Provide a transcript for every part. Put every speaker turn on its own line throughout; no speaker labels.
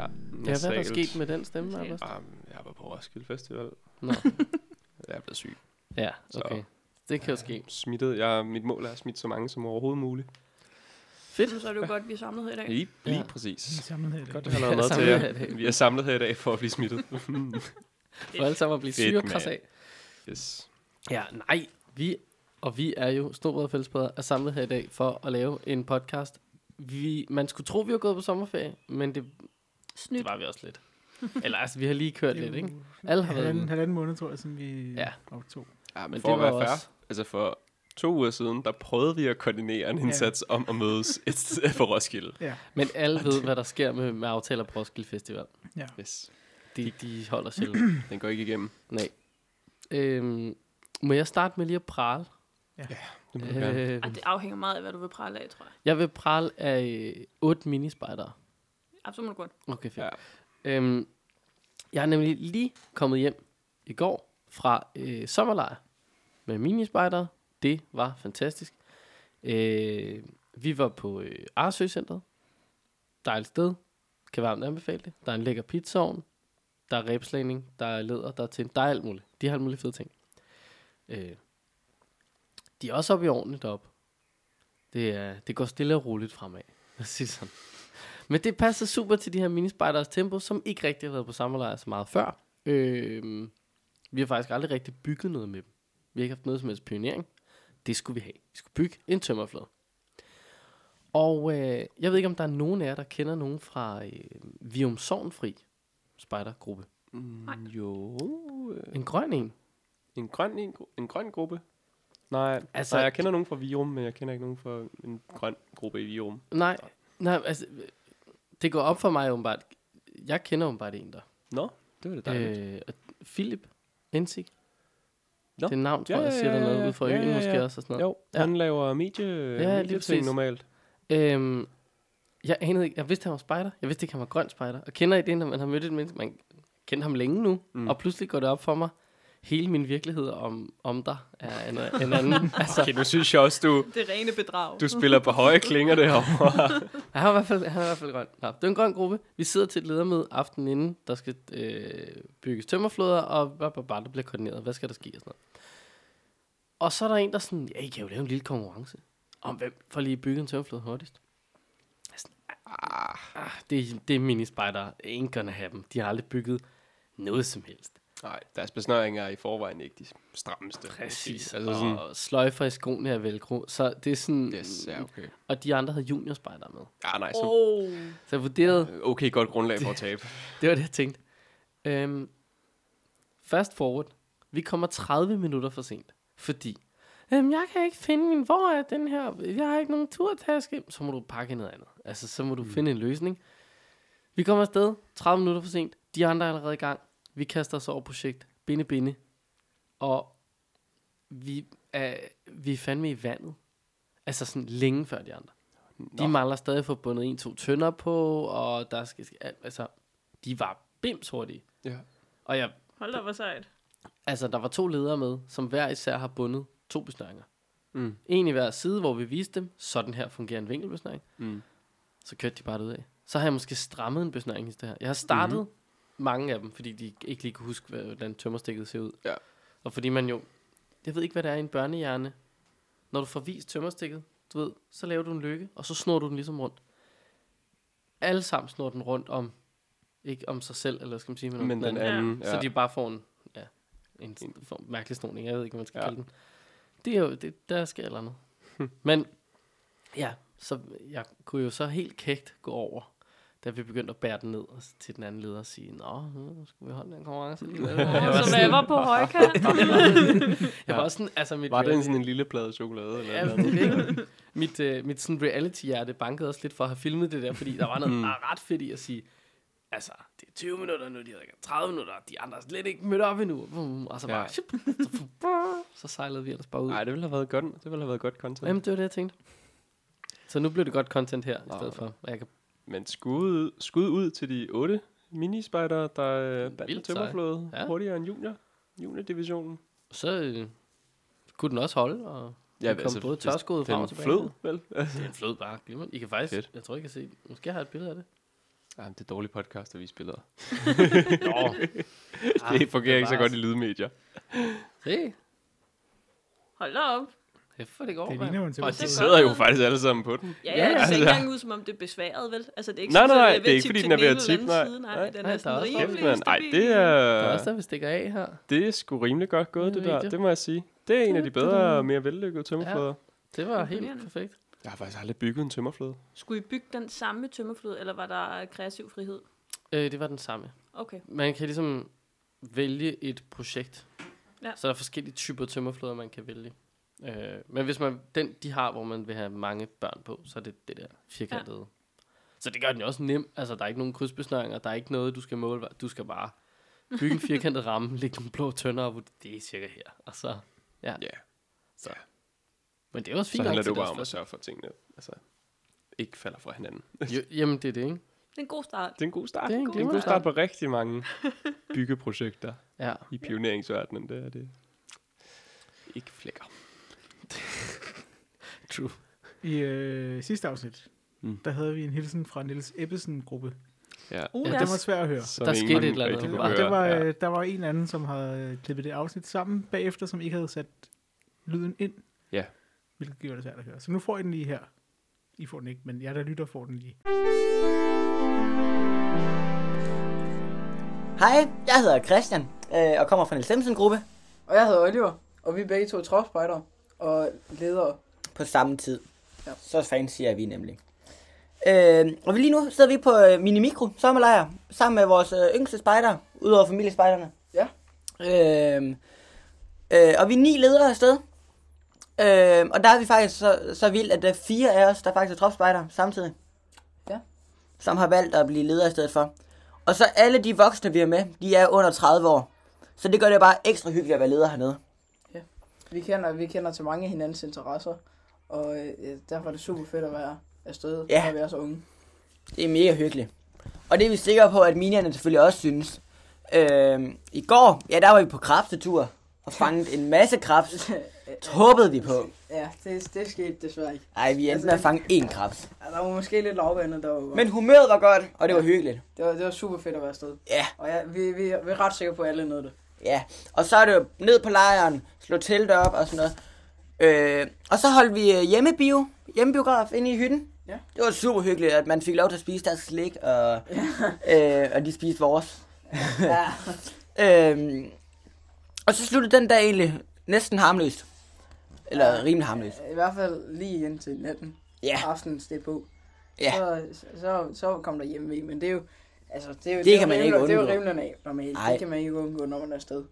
hvad er der
basalt.
sket med den stemme,
Basalt.
Abbas?
Um, jeg var på Roskilde Festival.
Nå,
Jeg er blevet syg.
ja,
Så.
okay. Det kan jo ske.
Smittet. Jeg, mit mål er at smitte så mange som overhovedet muligt.
Fedt.
Så er det jo godt, vi er samlet her i dag.
Lige, lige
Ja.
Vi er
præcis.
samlet her i dag.
Godt, der har lavet
Ja,
noget til
samlet her i
jer.
dag.
Vi er samlet her i dag for at blive smittet.
For alle sammen at blive
Fedt,
syge og
mand.
krasse af.
yes.
Ja, nej. Vi, og vi er jo Snobrød og Fællesbrødre er samlet her i dag for at lave en podcast. Vi, man skulle tro, vi var gået på sommerferie, men det, det
Snydt.
var vi også lidt. Eller altså, vi har lige kørt lidt, ikke?
jo
Alle har været
halvanden,
ude.
halvanden måned, tror jeg, siden vi
Ja.
ja. optog.
Ja, men
Men
for
det
at
var
være
jo
fair,
også-
altså for to uger siden, der prøvede vi at koordinere en
Ja.
indsats om at mødes et sted på Roskilde.
Ja.
Men alle ved, hvad der sker med, med aftaler på Roskilde Festival.
Yes.
De, de holder sjældent.
Den går ikke igennem.
Nej. Øhm, må jeg starte med lige at prale?
Det må du gerne.
Øh,
Ej, det afhænger meget af, hvad du vil prale af, tror jeg.
jeg vil prale af øh, otte minispejdere.
Absolut godt.
Okay, fedt.
Ja.
Øhm, jeg er nemlig lige kommet hjem i går fra øh, sommerlejr med minispejdere. Det var fantastisk. Øh, vi var på øh, Arsø Centeret. Dejligt sted. Kan varmt anbefale det. Der er en lækker pizzaovn. Der er rebslægning. Der er læder. Der er til. Der er alt muligt. De har alt muligt fede ting. Øh, de er også oppe i ovnen deroppe. Det, er, det går stille og roligt fremad. Lad os sige det sådan. Men det passer super til de her minispejders tempo, som ikke rigtig har været på samme lejr så meget før. Øh, vi har faktisk aldrig rigtig bygget noget med dem. Vi har ikke haft noget som helst pionering. Det skulle vi have. Vi skulle bygge en tømmerflod. Og øh, jeg ved ikke, om der er nogen af jer, der kender nogen fra øh, Vium Sovnfri spejdergruppe.
Mm, jo. øh,
En grøn en.
En grøn, en, gru- en grøn gruppe? Nej,
Altså-
altså, nej, jeg kender nogen fra Virum, men jeg kender ikke nogen fra en grøn gruppe i Virum.
Nej, nej altså, øh, det går op for mig åbenbart. Jeg kender åbenbart en der.
Nå, det var det dejligt.
Øh, og Philip Ensig.
Nå.
Det er navn, tror
Ja,
jeg,
ja,
siger
ja,
der
ja,
noget
ja.
ud fra
Ja,
øen
ja,
måske
ja.
også og sådan noget.
Jo, ja. han laver medie, ja,
lige
medieting
præcis.
normalt.
Øhm, jeg anede ikke, jeg vidste, han var spejder. Jeg vidste ikke, han var grøn spejder. Og kender I det, når man har mødt et menneske, man kender ham længe nu, mm.
Mm.
og pludselig går det op for mig, hele min virkelighed om, om dig er en, en anden. altså,
Okay, nu synes jeg også, du,
Det rene bedrag.
du spiller på høje klinger derovre.
han, er i hvert fald, han er i hvert fald grøn. Nå, det er en grøn gruppe. Vi sidder til et ledermøde aftenen inden, der skal øh, bygges tømmerflåder, og bare, bare, bare, der bliver koordineret. Hvad skal der ske og sådan noget. Og så er der en, der sådan, ja, I kan jo lave en lille konkurrence om, hvem får lige bygget en tømmerflåde hurtigst. Jeg er sådan, ah, ah, det, er- det er minispejder. Ingen gonna have dem. De har aldrig bygget noget som helst.
Nej, deres besnøringer er i forvejen ikke de strammeste.
Præcis.
Altså sådan,
og sløjfer i skoene er velcro. Så det er sådan...
yes, ja, okay.
Og de andre havde juniorspejder med.
Ja, Ah, nej, så
Oh.
Så jeg vurderede,
okay, godt grundlag for at tabe.
Det var det, jeg tænkte. Øhm, fast forward. Vi kommer 30 minutter for sent. Fordi, øhm, jeg kan ikke finde min, hvor er den her, jeg har ikke nogen turtaske. Så må du pakke noget andet. Altså, så må du mm. finde en løsning. Vi kommer afsted, 30 minutter for sent. De andre er allerede i gang. Vi kaster os over projekt. Binde, binde. Og vi er, vi er fandme i vandet. Altså sådan længe før de andre. De
Nå,
mangler stadig at få bundet en, to tønder på, og der skal, skal- al- altså, de var bims hurtige.
ja.
Og jeg,
Hold da, hvor sejt.
altså, der var to ledere med, som hver især har bundet to besnøringer.
Mm.
En i hver side, hvor vi viste dem, sådan her fungerer en vinkelbesnøring.
Mm.
Så kørte de bare ud af. Så har jeg måske strammet en besnøring i det her. Jeg har startet
Mhm.
mm-hmm. mange af dem, fordi de ikke lige kunne huske, hvad- hvordan tømmerstikket ser ud.
Ja.
Og fordi man jo, jeg ved ikke, hvad det er i en børnehjerne. Når du får vist tømmerstikket, du ved, så laver du en lykke, og så snor du den ligesom rundt. Alle sammen snor den rundt om, ikke om sig selv, eller skal man sige, men om
Men den anden,
Ja. Så de bare får en, ja, en, en form, mærkelig snoning. Jeg ved ikke, hvad man skal ja. kalde den. Det er jo, det, der sker et eller andet. Men ja, så jeg kunne jo så helt kægt gå over, da vi begyndte at bære den ned og s- til den anden leder og sige, nå, nu skal vi holde den konkurrence. alligevel." jeg, var
Så
altså-
sådan,
hvad var på højkant?
jeg var sådan, altså mit
Var det en,
reality-
sådan en lille plade chokolade? Eller
Ja,
noget?
det ved jeg. mit, øh, mit sådan reality-hjerte bankede også lidt for at have filmet det der, fordi der var noget
Mm.
mm. ret fedt i at sige, altså, det er 20 minutter nu, de har ikke 30 minutter, de andre er slet ikke mødt op endnu. Vum, Og så bare,
Ja.
ja. så, så sejlede vi ellers bare ud.
Nej, det ville have været godt, det ville have været godt content.
Jamen, det var det, jeg tænkte. Så nu bliver det godt content her, i stedet
Ah.
for. Og Jeg kan,
Men skud, skud ud til de otte minispejdere, der øh, bandt
Vildt
tømmerflåde
seje. Ja.
ja. hurtigere end junior. Juniordivisionen.
så øh, kunne den også holde, og
Ja,
ja, kom altså, både tørskoet frem og
Den
tilbage.
flød, vel? Altså.
Det er en flød bare. glimrende. I kan faktisk,
Fedt.
jeg tror, I kan se, måske har jeg et billede af det.
Ej, men det er dårlige podcast at vise billeder.
Nå.
det fungerer ikke så
bevares.
godt i lydmedier.
Se,
Hold da op.
hvorfor det går,
Det
mand.
ligner jo en
Og
det er
de
telefon.
godt.
sidder jo faktisk alle sammen på den.
Ja,
Ja,
ja, det ser
altså.
ikke engang ud, som om det er besværet, vel? Altså, det er ikke
Nej,
sådan,
nej,
at
nej,
ved
det er
at
ikke,
tippe
fordi
til
den er ved at
ene eller
tippe,
anden Side.
nej.
Nej,
Nej,
den
nej,
er
der er
sådan
også
Kæft,
rimelig
mand. Ej,
stabil.
det
Der er også
er,
der, vi stikker af her.
det er sgu rimelig godt gået,
Det er
det der.
rigtigt.
Det må jeg sige. Det er en af de bedre og mere vellykkede tømmerflåder.
Det var helt
Imponerende.
perfekt.
Jeg har faktisk aldrig bygget en tømmerflåde.
Skulle I bygge den samme tømmerflod, eller var der kreativ frihed?
Øh, det var den samme.
Okay.
Man kan ligesom vælge et projekt.
Ja.
Så er der forskellige typer tømmerflåder, man kan vælge. Øh, men hvis man den, de har, hvor man vil have mange børn på, så er det det der firkantede. Ja. Så det gør den jo også nem. Altså, der er ikke nogen krydsbesnøringer, der er ikke noget, du skal måle. Du skal bare bygge en firkantet ramme, lægge nogle blå tønder op, og det er cirka her. Og så,
Ja.
men det er også
Så
fint. nok
handler det
til
jo bare
deres
om at
første-
sørge for at tingene. Altså, ikke falder fra hinanden.
Jo, jamen, det er det, ikke?
Det er en god start.
Det er en god start.
Det er
Det
en
er en god
glimrende
start på rigtig mange byggeprojekter
Ja.
i pioneringsverdenen. Det er det. Ikke flækker.
True.
I øh, sidste afsnit,
Mm.
mm. der havde vi en hilsen fra Niels Ebbesen-gruppe.
Ja.
Uh,
Ja,
Ja,
ja,
den var svær at høre.
Som
Der
ingen
skete et eller andet.
rigtig kunne
Det var, det var,
høre. Ja.
øh, der var en anden, som havde øh, klippet det afsnit sammen bagefter, som ikke havde sat lyden ind.
Ja.
Hvilket gjorde det svært at høre. Så nu får I den lige her. I får den ikke, men jeg der lytter får den lige.
Hej, jeg hedder Christian øh, og kommer fra Niels Stemsen Gruppe
Og jeg hedder Oliver, og vi er begge to tropspejder og ledere.
på samme tid.
Ja.
Så fancy er vi nemlig. Øh, og vi lige nu sidder vi på øh, Mini Mikro sommerlejr sammen med vores øh, yngste spejder, udover familiespejderne.
Ja.
Øh, øh, og vi er ni ledere afsted. Øh, og der er vi faktisk så, så vildt, at der er fire af os, der faktisk er tropspejder samtidig.
Ja.
Som har valgt at blive ledere i stedet for. Og så alle de voksne, vi er med, de er under 30 år. Så det gør det bare ekstra hyggeligt at være leder hernede.
Vi kender, vi kender til mange af hinandens interesser, og øh, derfor er det super fedt at være afsted,
Ja.
når vi er så unge.
Det er mega hyggeligt. Og det er vi sikre på, at minierne selvfølgelig også synes. Øhm, I går, ja, der var vi på krabsetur og fangede en masse krabs. Det håbede vi på.
ja, det, det skete desværre ikke.
Ej, vi endte med at fange én krabs.
Ja, der var måske lidt lavvandet derude.
Altså, Men humøret var godt, og det var hyggeligt.
det var, det var super fedt at være afsted.
Ja,
Og ja, vi, vi, vi er ret sikre på, at alle nåede det.
ja. Og så er det jo ned på lejren, slå teltet op og sådan noget. Øh, og så holdt vi øh, hjemmebio, hjemmebiograf inde i hytten.
Ja.
Det var super hyggeligt, at man fik lov til at spise deres slik, og, øh, og de spiste vores.
Ja,
Øhm, og så sluttede den dag egentlig næsten harmløst. Eller rimelig harmløst.
i hvert fald lige indtil natten.
Ja,
Aftenen steg på.
ja.
Så, så, så kom der hjemme ved, men det er jo... Altså, det, er jo,
Det
er jo
kan man
rimelig-
ikke
Det er jo
undgå.
rimelig af, normalt.
Ej.
Det kan man ikke undgå, når man er afsted.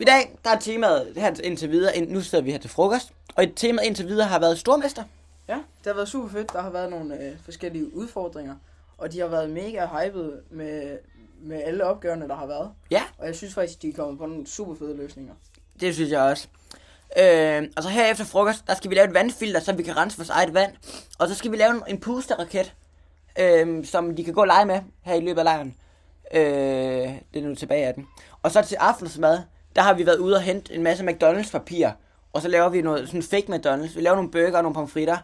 I dag, der er temaet her indtil videre. ind- Nu sidder vi her til frokost. Og temaet indtil videre har været stormester.
Ja, det har været super fedt. Der har været nogle øh, forskellige udfordringer, og de har været mega hyped med, med alle opgaverne, der har været.
Ja.
Og jeg synes faktisk, de er kommet på nogle super fede løsninger.
Det synes jeg også. Øh, og så her efter frokost, der skal vi lave et vandfilter, så vi kan rense vores eget vand. Og så skal vi lave en, en pusterraket, øh, som de kan gå og lege med her i løbet af lejren. Øh, det er nu tilbage af den. Og så til aftensmad, der har vi været ude og hente en masse McDonald's-papir. Og så laver vi noget sådan fake McDonald's. Vi laver nogle burger og nogle pomfritter.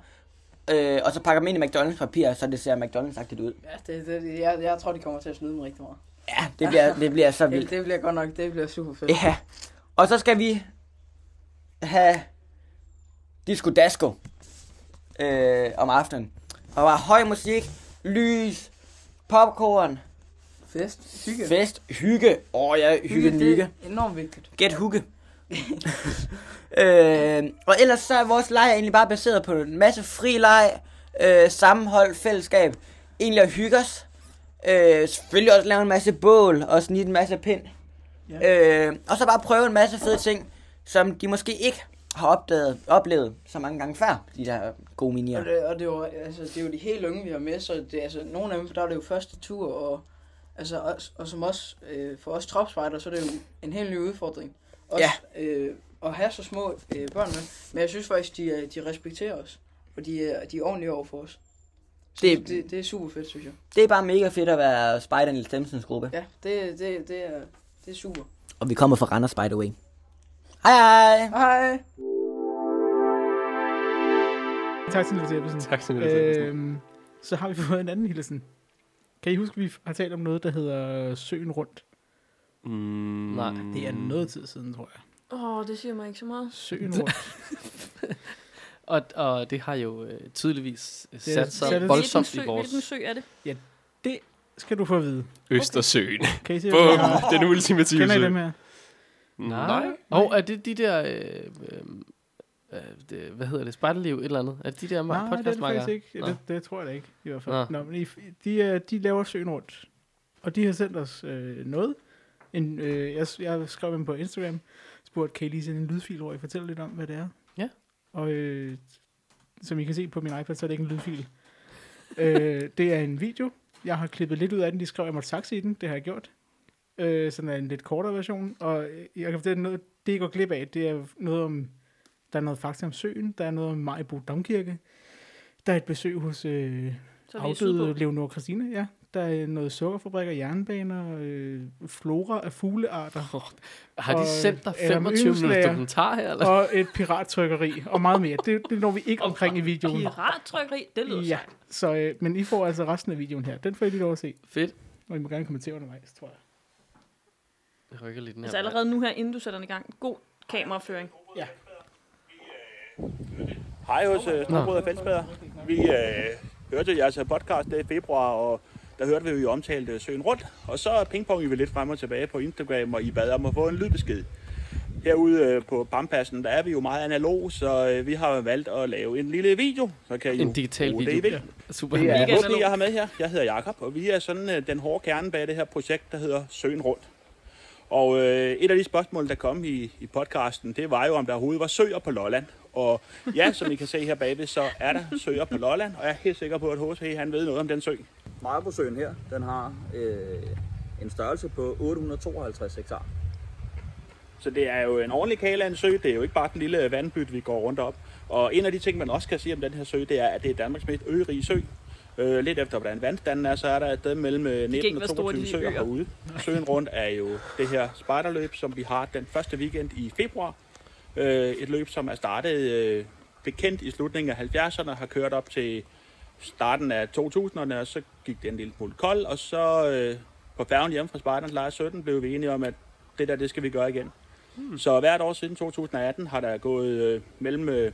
Øh, og så pakker vi dem ind i McDonald's-papir, så det ser McDonald's-agtigt ud.
Ja, det, det, jeg, jeg tror, de kommer til at snyde dem rigtig meget.
Ja, det bliver, det bliver så vildt.
Det, det bliver godt nok, det bliver super fedt.
Ja. Og så skal vi have Disco Dasko øh, om aftenen. Og var høj musik, lys, popcorn,
Fest, hygge.
fest, hygge. Åh oh, ja, hygge, hygge.
det
hygge.
er enormt vigtigt.
Get hugge. øh, og ellers så er vores leg egentlig bare baseret på en masse fri leg, øh, sammenhold, fællesskab. Egentlig at hygge os. Øh, selvfølgelig også lave en masse bål og snit en masse pind. Ja. Øh, og så bare prøve en masse fede ting, som de måske ikke har opdaget, oplevet så mange gange før, de der gode minier.
Og, det, og det, er jo, altså, det er jo de helt unge, vi har med, så det, er altså, nogle af dem, der er det jo første tur, og, altså, og, og som også, øh, for os tropspejder, så er det jo en helt ny udfordring. Også, øh, at have så små øh, børn med, men jeg synes faktisk, de, øh, de respekterer os, og de, er- de er ordentlige over for os. Så
Det-
det, det, det er super fedt, synes jeg.
Det er bare mega fedt at være Spider Niels Stemsens gruppe.
Ja, det, det, det, er, det er super.
Og vi kommer fra Randers, by the way. Hej hej!
Hej!
Tak til Niels Ebbesen.
Tak til Niels Ebbesen.
øh, Øhm, så har vi fået en anden hilsen. Kan I huske, at vi har talt om noget, der hedder Søen Rundt?
Mm,
Nej,
Det er noget tid siden, tror jeg.
Åh, oh, det siger mig ikke så meget.
Søen Rundt.
Og, og det har jo øh, tydeligvis øh,
er-
sat sig
sat et-
voldsomt
sø,
i vores...
Hvilken sø er det?
Skal du få at vide.
Østersøen.
Kan I se,
Bum,
hvad jeg har?
den ultimative
Kender I
sø.
dem her?
Nej. Og er det de der... Øh, øh, øh, det, hvad hedder det? Spejderliv et eller andet? Er det de der
Nej, det er det
podcastmarkere?
faktisk ikke.
Nå.
Det, det tror jeg da ikke, i hvert fald.
Nå.
Nå, men I, de, øh, de laver Søen Rundt. Og de har sendt os øh, noget. En, øh, jeg, jeg skrev dem på Instagram, spurgte, kan I lige sende en lydfil, hvor I fortæller lidt om, hvad det er?
Ja.
Og øh, som I kan se på min iPad, så er det ikke en lydfil. øh, det er en video. Jeg har klippet lidt ud af den. De skrev, at jeg måtte sakse i den. Det har jeg gjort. Øh, sådan er en lidt kortere version. Og øh, jeg kan fortælle noget, det I går glip af, det er noget om, der er noget fakta om søen, der er noget om Majbo Domkirke, der er et besøg hos øh,
Så er vi i
afdøde
Sydpå.
Leonor Christine, ja. Der er øh, noget sukkerfabrikker, jernbaner, øh, flora af fuglearter,
Har de
Og
øh,
sendt dig
Adam
25 minutter
Yndslager.
dokumentar her? Eller?
og et pirattrykkeri, og meget mere. Det, det når vi ikke omkring i videoen.
Pirattrykkeri, det lyder
Ja,
sejt.
så, øh, men I får altså resten af videoen her. Den får I lige lov at se,
Fedt.
og I må gerne kommentere undervejs, tror jeg.
Jeg rykker lidt den her
Altså allerede nu her, inden du sætter den i gang. God kameraføring.
Hej hos øh, Storbrød og Fællesbader. Vi øh, hørte jeres podcast der i februar, og der hørte vi jo, I omtalte Søen Rundt. Og så pingpongede vi lidt frem og tilbage på Instagram, og I bad om at få en lydbesked. Herude øh, på Pampassen, der er vi jo meget analog, så øh, vi har valgt at lave en lille video. Så kan I
En
jo
digital
bruge Det, I
video.
vil.
mand. Super.
Det
Mega
er Håbentlig,
analog.
jeg har med her. Jeg hedder Jakob, og vi er sådan øh, den hårde kerne bag det her projekt, der hedder Søen Rundt. Og øh, et af de spørgsmål, der kom i, i podcasten, det var jo, om der overhovedet var søer på Lolland. Og ja, som I kan se her bagved, så er der søer på Lolland, og jeg er helt sikker på, at H.C. han ved noget om den sø.
Marabosøen her, den har øh, en størrelse på 852 hektar.
Så det er jo en ordentlig kale af en sø, det er jo ikke bare den lille vandbyt, vi går rundt op. Og en af de ting, man også kan sige om den her sø, det er, at det er Danmarks mest ørige sø. Øh, lidt efter, hvordan vandstanden er, så er der et sted mellem øh,
ikke
19
være
og
store, de
22 søer
øer.
herude. Søen rundt er jo det her spejderløb, som vi har den første weekend i februar. Øh, et løb, som er startet øh, bekendt i slutningen af 70'erne, har kørt op til starten af 2000'erne, og så gik det en lille smule kold, og så øh, på færgen hjemme fra Spejderens Lejr 17 blev vi enige om, at det der, det skal vi gøre igen. Så hvert år siden 2018 har der gået øh, mellem øh,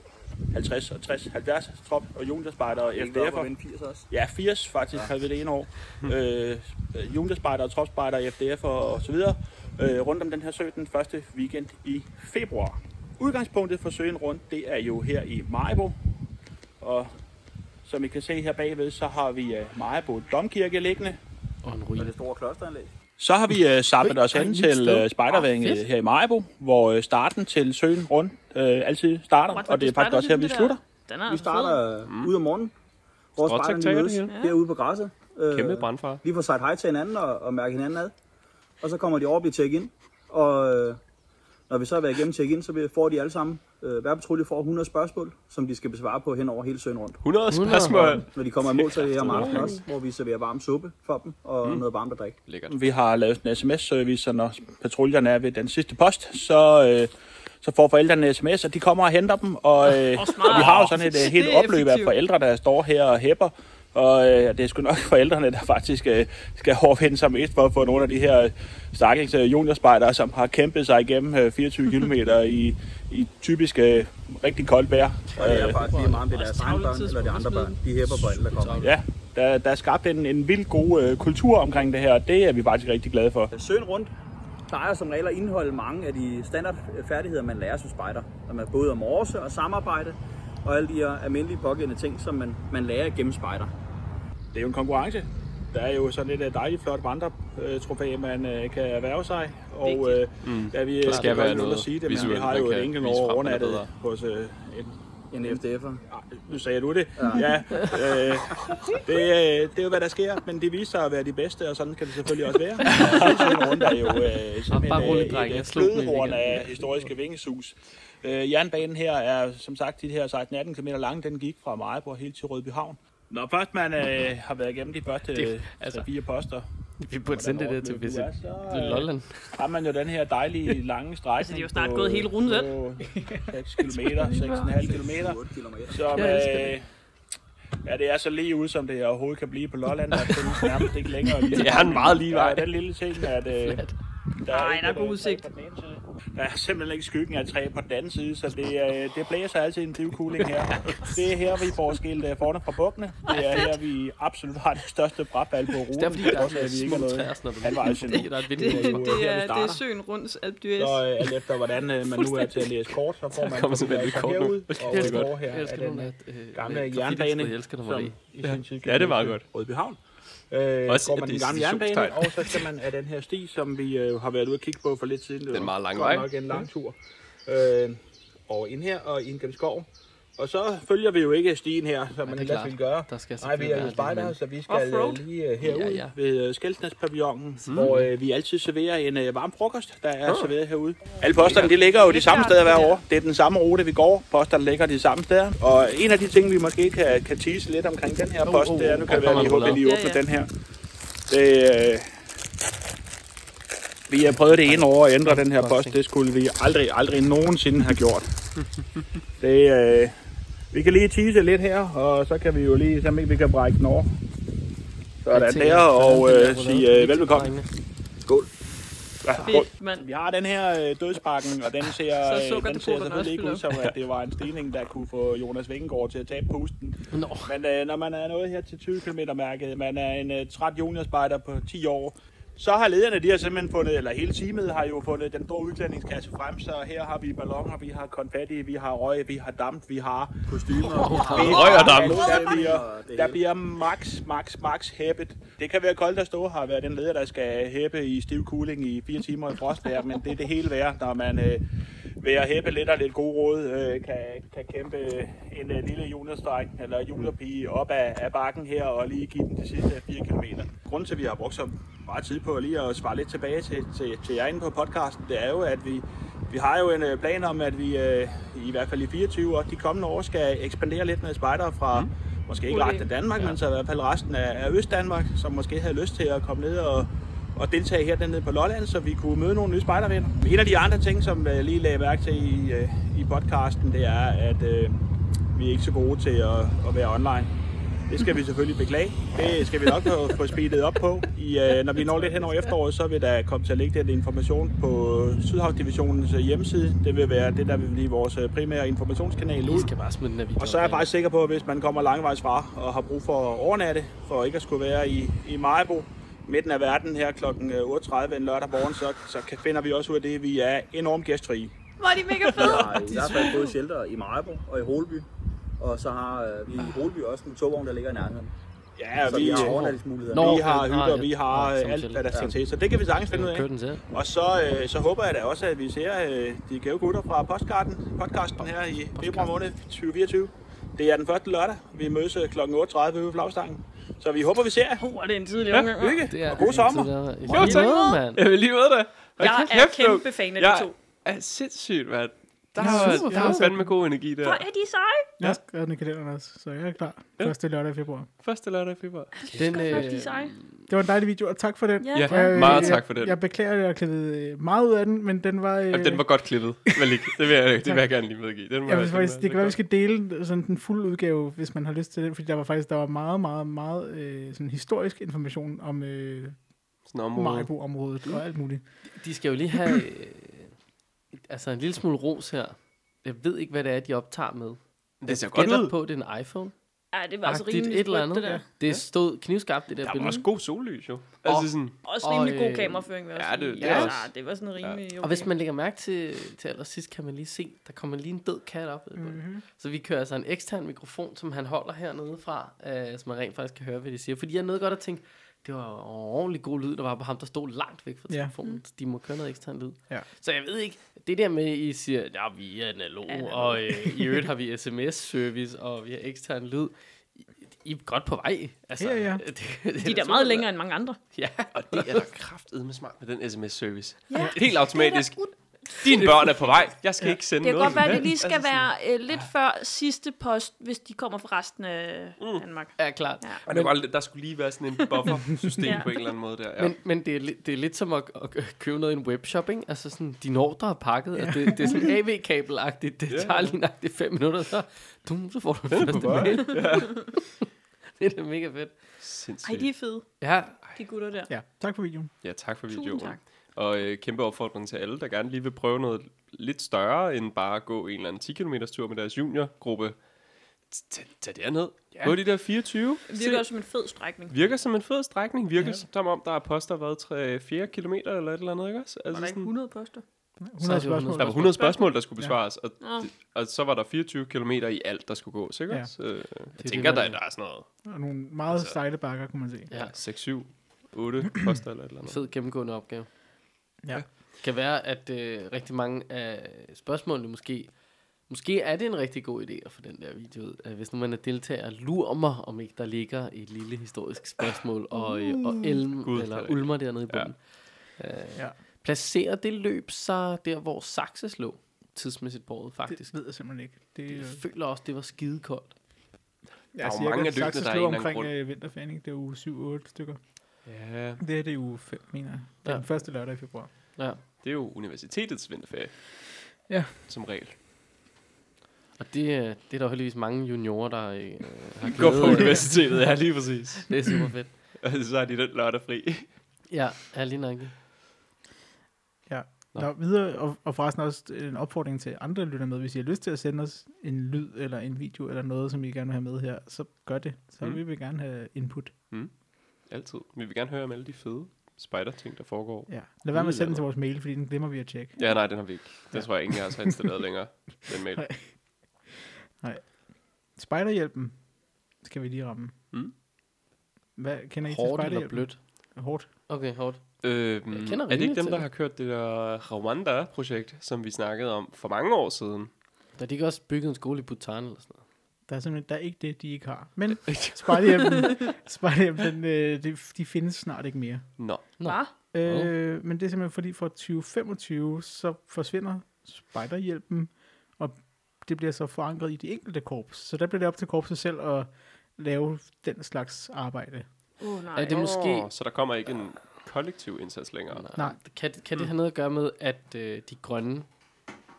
50 og 60, 70 trop og juniorspejdere og FDF'er.
80 også.
Ja, 80 faktisk havde vi det ene år. Øh, juniorspejdere, tropspejdere, FDF'er og så videre. Øh, rundt om den her sø den første weekend i februar. Udgangspunktet for søen rundt, det er jo her i Majbo. Og som I kan se her bagved, så har vi øh, Majbo Domkirke liggende.
Og en
Og
ruin.
det store klosteranlæg.
Så har vi øh, sappet os hen til øh, Spejdervænget
Ah, fedt.
her i Majbo, hvor øh, starten til søen rundt øh, altid starter,
What,
og det er faktisk også her, vi slutter.
Den er
Vi
altså
starter mm. ude om morgenen. Vores
Stråtægt
spejder
tager
mødes
det,
ja.
herude på græsset. Øh,
Kæmpe brandfar.
Lige får sagt hej til hinanden og, og mærke hinanden ad. Og så kommer de over og bliver tjekket ind. Og øh, når vi så har været igennem tjekket ind, så vi- får de alle sammen. Øh, hver patrulje får 100 spørgsmål, som de skal besvare på hen over hele søen rundt.
100 spørgsmål.
Når de kommer i mål, så er det her om aftenen også, hvor vi serverer varm suppe for dem og mm. noget varmt at drikke.
Lækkert.
Vi har lavet sådan en sms-service, så når patruljerne er ved den sidste post, så, øh, så får forældrene en sms, og de kommer og henter dem. Og, øh, og
smart.
vi har jo sådan et øh, helt
Det er
opløb af
effektivt.
forældre, der står her og hæpper. Og øh, det er sgu nok forældrene, der faktisk øh, skal hårdvinde sig mest for at få nogle af de her øh, stakkels øh, juniorspejdere, som har kæmpet sig igennem øh, 24 km i, i typisk øh, rigtig koldt vejr.
Og det er
Øh,
faktisk lige meget, om det er deres
Også
egne
travle
børn eller de
tidspunkter
andre
smider
børn. De hæpper på alle, der kommer.
ja, der, der er skabt en, en vild god øh, kultur omkring det her, og det er vi faktisk rigtig glade for.
Søen rundt plejer som regel at indeholde mange af de standardfærdigheder, man lærer som spejder. Når man både om årse og samarbejde og alle de her almindelige pågældende ting, som man, man lærer gennem spejder.
det er jo en konkurrence. Der er jo sådan et øh, dejligt flot vandretrofæ, man øh, kan erhverve sig. Og øh, ja, vi
Mm. Der skal være
nødt til
noget
at sige det, men vi
visuelt,
har
man
jo
kan
et enkelt
vise frem,
år
man er
overnattet
bedre.
hos øh,
En
en
FDF'er.
Ej, nu sagde du det. Ja, øh, det, øh, det er jo, hvad der sker, men det viser sig at være de bedste, og sådan kan det selvfølgelig også være. Og sådan en runde er jo øh, sådan
bare
en,
rolig,
øh,
drenge.
et
Jeg
øh,
slog den i
flødehorn
weekenden.
af historiske vingesus. Øh, jernbanen her er, som sagt, de her 16-18 km lange, den gik fra Mariborg helt til Rødbyhavn. Når først man øh, har været igennem de første
Det-
det,
altså,
altså, fire poster,
Vi burde sende det der til
overlevede
Visit
du, altså, øh,
Lolland.
har man jo den her dejlige lange strækning øh,
Altså, de er jo snart gået hele runden, vel?
på 6 km, 6,5 km,
8 km.
som
Jeg elsker
øh, Ja, det er så lige ude, som det overhovedet kan blive på Lolland, og det findes nærmest ikke længere.
Det er en meget lige
Der er
vej.
den lille ting, at... Øh, der
Nej,
ikke
der er god
et, øh,
udsigt.
træ på den ene side. Der er simpelthen ikke skyggen af træ på den anden side, så det, øh, det blæser altid en drivkugling her. Det er her, vi får skilt øh, forne fra bukkene. Det er her, vi absolut har det største brabal på ruten.
Det er fordi, der er
Også, at
sådan
vi
små
ikke har noget
træer, sådan noget.
halvvejs
Fordi der er et
Det,
vindue.
er jo
det,
her, vi
er, det er
starter.
søen rundt Alp d'Huez.
Så øh, alt efter, hvordan øh, man nu er til at læse kort, så får man
kommer
så
simpelthen et kort nu.
herud, og
elsker
over her
Jeg
er
elsker den
den øh,
at
gamle
øh,
jernbane,
graffiti-sted, Jeg elsker dig, Marie.
i sin tid
Ja, det var godt.
Rødby Havn. Øh,
Også,
går
at
man
det
den
er
gamle jernbane,
citationstegn.
og så skal man af den her sti, som vi øh, har været ude at kigge på for lidt siden. Det
er en
var
meget lang
godt
vej.
nok en lang tur. Øh, og ind her og ind gennem skoven. Og så følger vi jo ikke stien her, som
det
man
er
ellers
klart.
ville gøre.
Der skal
Nej, vi
selvfølgelig
er jo
være lidt,
spejder,
men
så vi skal
Offroad?
øh, lige øh, herud
Ja,
ja,
ja. Mhm.
ja. ved øh, Skelsnæspavillonen, mm. hvor øh, vi altid serverer en øh, varm frokost, der er serveret herude. Alle posterne de ligger jo de samme steder hver år. Det er den samme rute, vi går. Posterne ligger de samme steder. Og en af de ting, vi måske kan, kan tease lidt omkring den her post,
oh,
det er, nu
der
kan det være,
kommer
at
en
I håber, at I
rullade.
lige åbner
Ja, ja.
den her. Det, øh, vi har prøvet det ene år at ændre den her post. Det skulle vi aldrig, aldrig nogensinde have gjort. Det, øh, vi kan lige tease lidt her, og så kan vi jo lige, så vi kan brække den over. Sådan der, og øh, sige øh, velbekomme. Ja, skål.
Fedt, mand.
Vi har den her øh, dødspakken, og den ser,
Så
øh,
sukker
den
det
ser
på, den
selvfølgelig
også
ikke ud som, at det var en stigning, der kunne få Jonas Vingegaard til at tabe pusten.
Nå,
Men øh, når man er nået her til 20 km mærket, man er en øh, træt juniorspejder på 10 år, så har lederne, de har simpelthen fundet, eller hele teamet har jo fundet den store udklædningskasse frem, så her har vi balloner, vi har konfetti, vi har røg, vi har damp, vi har
Kostymer.
Røg og damp.
Der bliver,
Og det
der
hele.
bliver max, max, max hæppet. Det kan være koldt at stå her og være den leder, der skal hæppe i stiv cooling i fire timer i frostvejr, men det er det hele værd, når man øh, ved at hæppe lidt og lidt god råd, øh, kan, kan kæmpe en øh, lille juniorstreng eller juniorpige op af, af bakken her og lige give den de sidste 4 km. Grunden til, at vi har brugt så meget tid på lige at svare lidt tilbage til, til, til jer inde på podcasten, det er jo, at vi vi har jo en øh, plan om, at vi øh, i hvert fald i 24 og de kommende år skal ekspandere lidt med spejdere fra mm. måske ikke
God
ret
idé.
af Danmark, ja. men så i hvert fald resten af, af Øst-Danmark, som måske havde lyst til at komme ned og, og deltage her dernede på Lolland, så vi kunne møde nogle nye spejdervenner. En af de andre ting, som jeg lige lagde mærke til i, øh, i podcasten, det er, at øh, vi er ikke så gode til at, at være online. Det skal vi selvfølgelig beklage. Det skal vi nok få, få speedet op på. I, øh, når vi når lidt hen over efteråret, så vil der komme til at ligge den information på Sydhavsdivisionens øh, hjemmeside. Det vil være det, der vil blive vores øh, primære informationskanal
I
ud.
skal bare smide den her video.
Og så er jeg
op,
faktisk sikker på, at hvis man kommer langvejs fra og har brug for at overnatte, for ikke at skulle være i, i Majbo, midten af verden her kl. 8.30 en lørdag morgen, så, så kan- finder vi også ud af det, vi er enormt gæstfrie.
Hvor er de mega fede.
har i hvert fald både shelter i Marebo og i Holby. Og så har øh, vi i Holby også en togvogn, der ligger i nærheden.
Ja,
så
vi,
vi har
vi
overnatningsmuligheder.
Nå.
har
Nå,
hytter,
ja.
vi har
Nå,
øh,
som
alt,
til.
hvad der skal til, så det kan vi sagtens finde ud
øh,
af.
Kør den selv.
Og så, øh, så håber jeg da også, at vi ser øh, de gave gutter fra postkarten, podcasten her i februar måned 2024. Det er den første lørdag. Vi mmødes øh, kl. 8.30 ude i flagstangen. Så vi håber, vi ser jer.
Hvor er det en tidlig omgang. hva'?
Lykke.
Det er
Og god sommer.
Jo,
Jo, tak.
mand.
Jeg vil lige med dig. Hold
Jeg
kæft,
er
Luke.
kæmpe fan af de
Jeg
to.
er sindssygt, mand. Der
Ja,
var,
super
der var
fedt.
fandme god energi
Hvor
der.
er de seje?
Jeg har skrevet den i kalenderen også, så jeg er klar.
Ja.
Første lørdag i februar.
Første lørdag i februar.
Den,
Godt nok, de er
øh,
seje.
Det var en dejlig video, og tak for den.
Ja.
Ja,
Jeg-
meget
jeg-
tak for den.
Jeg beklager, at jeg klippede meget ud af den, men den var... øh,
Jamen, den var godt klippet, Malik. Det vil jeg, det vil jeg gerne lige medgive. Den må
Jeg
jeg
vil faktisk,
simpelthen-
det kan være, vi skal dele sådan den fulde udgave, hvis man har lyst til den, fordi der var faktisk der var meget, meget, meget øh, sådan historisk information om øh,
Sådan område.
Maribo-området og alt muligt.
De skal jo lige have øh, altså en lille smule ros her. Jeg ved ikke, hvad det er, de optager med.
Det ser
Jeg
godt
gætter
ud.
på, at det er en iPhone.
Ja, det var altså
Agtigt
rimelig
et eller
spryt,
andet.
det der.
Det stod knivskarpt, det der,
Der var
billede.
også god sollys, jo. Altså sådan,
Også
Og,
rimelig
øh,
god kameraføring, vil jeg
ja,
også
det-
sige.
det
er
Ja,
også-
det var sådan rimelig okay.
Og hvis man lægger mærke til, til allersidst, kan man lige se, der kommer lige en død kat op. Mm-hmm.
Mhm.
Så vi kører altså en ekstern mikrofon, som han holder hernede fra, øh, så man rent faktisk kan høre, hvad de siger. Fordi jeg nåede godt at tænke, det var ordentlig god lyd, der var på ham, der stod langt væk fra
Ja. Mhm.
telefonen. Ja. De må køre noget ekstern lyd.
Ja.
Så jeg ved ikke, det der med, at I siger, ja, vi er analog, analog.
Analog.
og øh, i øvrigt har vi sms-service, og vi har ekstern lyd. I, I er godt på vej. Altså,
Ja, ja.
Det, det,
De Altså, er da meget længere end mange andre.
Ja,
og det er da kraftedme smart med den sms-service.
Ja,
Helt automatisk. Dine børn er på vej. Jeg skal ikke sende
Det kan
noget.
godt være, at det
til
lige
dem.
skal være øh, lidt før sidste post, hvis de kommer fra resten af Danmark.
er klart.
Ja.
Og det var, der skulle lige være sådan en buffer-system
Ja.
på en eller anden måde der. Ja.
Men, men det, er, li- det er lidt som at, at kø- købe noget i en webshop, ikke? Altså sådan, din ordre er pakket, og det, det er sådan AV-kabelagtigt. Det
Ja,
tager
ja.
lige nøjagtigt fem minutter, så, du, så får du en
den er på
første
vej.
mail.
Ja.
det er mega fedt.
Sindssygt.
Ej, de er fede,
Ja,
de gutter der.
Ja, tak for videoen.
Ja, tak for
Tusind
videoen.
tak.
Og øh, kæmpe opfordring til alle, der gerne lige vil prøve noget lidt større, end bare at gå en eller anden 10 km tur med deres juniorgruppe. T- Tag tag derned. Ja. Gå de der 24.
Det virker også som en fed strækning.
virker som en fed strækning. Virker ja. som om, der er poster været 3-4 km eller et eller andet, ikke også? Altså
Var der ikke 100 poster?
100
det var
spørgsmål.
der var 100 spørgsmål, der skulle
Ja.
besvares, og,
Nå.
og så var der 24 km i alt, der skulle gås, ikke
Ja.
også? Øh, jeg
det,
tænker,
der
der,
er.
der er sådan noget
Og nogle meget
Altså-
stejle bakker, kunne man se.
Ja.
ja. 6-7, 8 poster eller et eller
en
andet.
fed gennemgående opgave.
Ja.
Kan være, at øh, rigtig mange af spørgsmålene måske... Måske er det en rigtig god idé at få den der video ud. Øh, Hvis nu man er deltager, lurer mig, om ikke der ligger et lille historisk spørgsmål, og, øh, og Elm
Gud,
Gud, eller
Henrik.
Ulmer dernede i bunden. Øh,
Ja.
Placerer det løb sig der, hvor Saxes lå tidsmæssigt på året,
Det
faktisk?
ved jeg simpelthen ikke. Det,
Jeg føler også, det var skidekoldt.
jeg
jo mange af løbene, der er en eller anden
omkring
grund.
øh, vinterfaning. Det er uge 7-8 stykker.
Ja,
Det er det er uge 5, mener jeg. Det er
Ja.
den første lørdag i februar.
Ja.
det er jo universitetets vinterferie.
Ja.
Som regel.
Og det, øh, det er der jo heldigvis mange juniorer, der øh, har
Gå på
glæde af.
universitetet, ja, lige præcis.
Det er super fedt.
Og så er de den lørdag fri.
Ja, ja lige nok.
Nå. Nå, videre, og, og forresten også en opfordring til andre lytter med, hvis I har lyst til at sende os en lyd eller en video eller noget, som I gerne vil have med her, så gør det. Så
Mm.
mm. vi vil gerne have input.
Altid. Vi vil gerne høre om alle de fede spider-ting, der foregår.
Ja. Lad være med at sende den
eller-
til vores mail, fordi den glemmer vi at tjekke.
Ja, nej, den har vi ikke. Den tror jeg ikke, jeg har installeret længere. Den mail.
Nej. Spejderhjælpen skal vi lige ramme.
Mm.
Hvad kender I
Hårdt
til
eller
spejderhjælpen?
blødt?
Hårdt.
Okay, hårdt.
Øhm,
Jeg kender
er det
rimelig
ikke dem,
til
der
det.
har kørt det der Rwanda-projekt, som vi snakkede om for mange år siden?
Der er de ikke også bygget en skole i Bhutan eller sådan noget?
Der er simpelthen der er ikke det, de ikke har. Men spejderhjælpen, spejderhjælpen den, øh, de, de findes snart ikke mere.
Nå,
Nå.
Hva?
Øh, men det er simpelthen fordi, for 2025, så forsvinder spejderhjælpen, og det bliver så forankret i de enkelte korps. Så der bliver det op til korpset selv at lave den slags arbejde.
Åh, nej.
Er det måske...
Åh, så der kommer ikke en kollektiv indsats længere.
Nej. Mm.
Kan, kan det have noget at gøre med, at øh, de grønne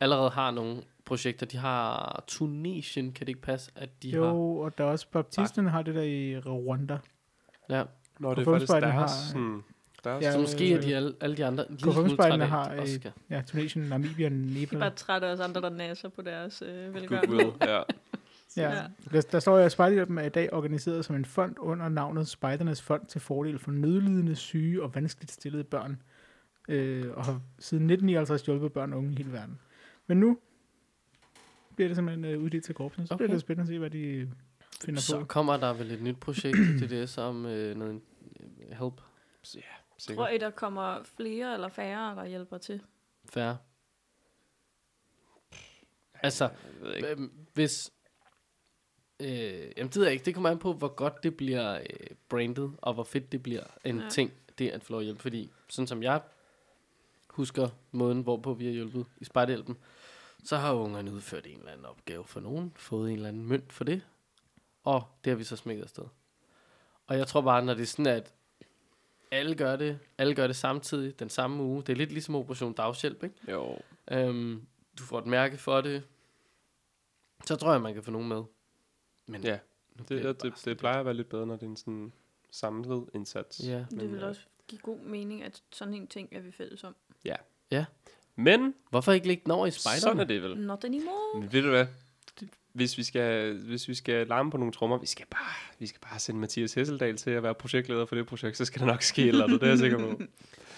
allerede har nogle projekter? De har Tunesien, kan det ikke passe, at de har...
Jo, og der er også baptisterne har det der i Rwanda.
Nå, det
Ja.
er
Og
faktisk
fodboldspejlene
deres... Har...
har-
Sådan, deres
Så
Ja,
måske er
øh,
de alle, alle de andre en lille smule
Konfirmspejlene
trætte
har
af,
øh,
at Oscar.
ja, Tunesien, Namibia,
De er
Nepal.
bare trætte af os andre, der nasser på deres øh, velgørende.
goodwill. Ja.
Ja. Der, der står jo, at Spejderhjælpen er i dag organiseret som en fond under navnet Spejdernes Fond til fordel for nødlidende, syge og vanskeligt stillede børn, øh, og har siden 1959 hjulpet børn og unge i hele verden. Men nu bliver det simpelthen øh, uddelt til korpsen, så okay.
Okay.
bliver det spændende at se, hvad de finder
Så
på.
kommer der vel et nyt projekt til det, som øh, noget øh, help
Tror
Sikkert.
I, der kommer flere eller færre, der hjælper til?
færre. Altså,
Jeg ved ikke.
Øhm, hvis... Øh, jamen, det ved jeg ikke. Det kommer an på, hvor godt det bliver øh, brandet, og hvor fedt det bliver en ja.
Ja.
ting, det at få lov at hjælpe. Fordi, sådan som jeg husker måden, hvorpå vi har hjulpet i spejderhjælpen, så har ungerne udført en eller anden opgave for nogen, fået en eller anden mønt for det, og det har vi så smækket afsted. Og jeg tror bare, når det er sådan, at alle gør det, alle gør det samtidig, den samme uge, det er lidt ligesom Operation Dagshjælp, ikke?
Jo.
Øhm, du får et mærke for det. Så tror jeg, man kan få nogen med. Men
Ja,
nu bliver
Det, det,
bare
det,
sådan
det plejer at være lidt bedre, når det er en sådan samlet indsats.
lidt- Ja.
Det
Men,
vil
øh,
også give god mening, at sådan en ting er vi fælles om.
Men
Hvorfor ikke lægge den over i
sådan er
spejderne?
det vel.
Not anymore.
Men ved du hvad? Hvis vi skal, hvis vi skal larme på nogle trommer, vi skal bare, vi skal bare sende Mathias Hesseldal til at være projektleder for det projekt, så skal der nok ske et eller andet, det er jeg sikker på.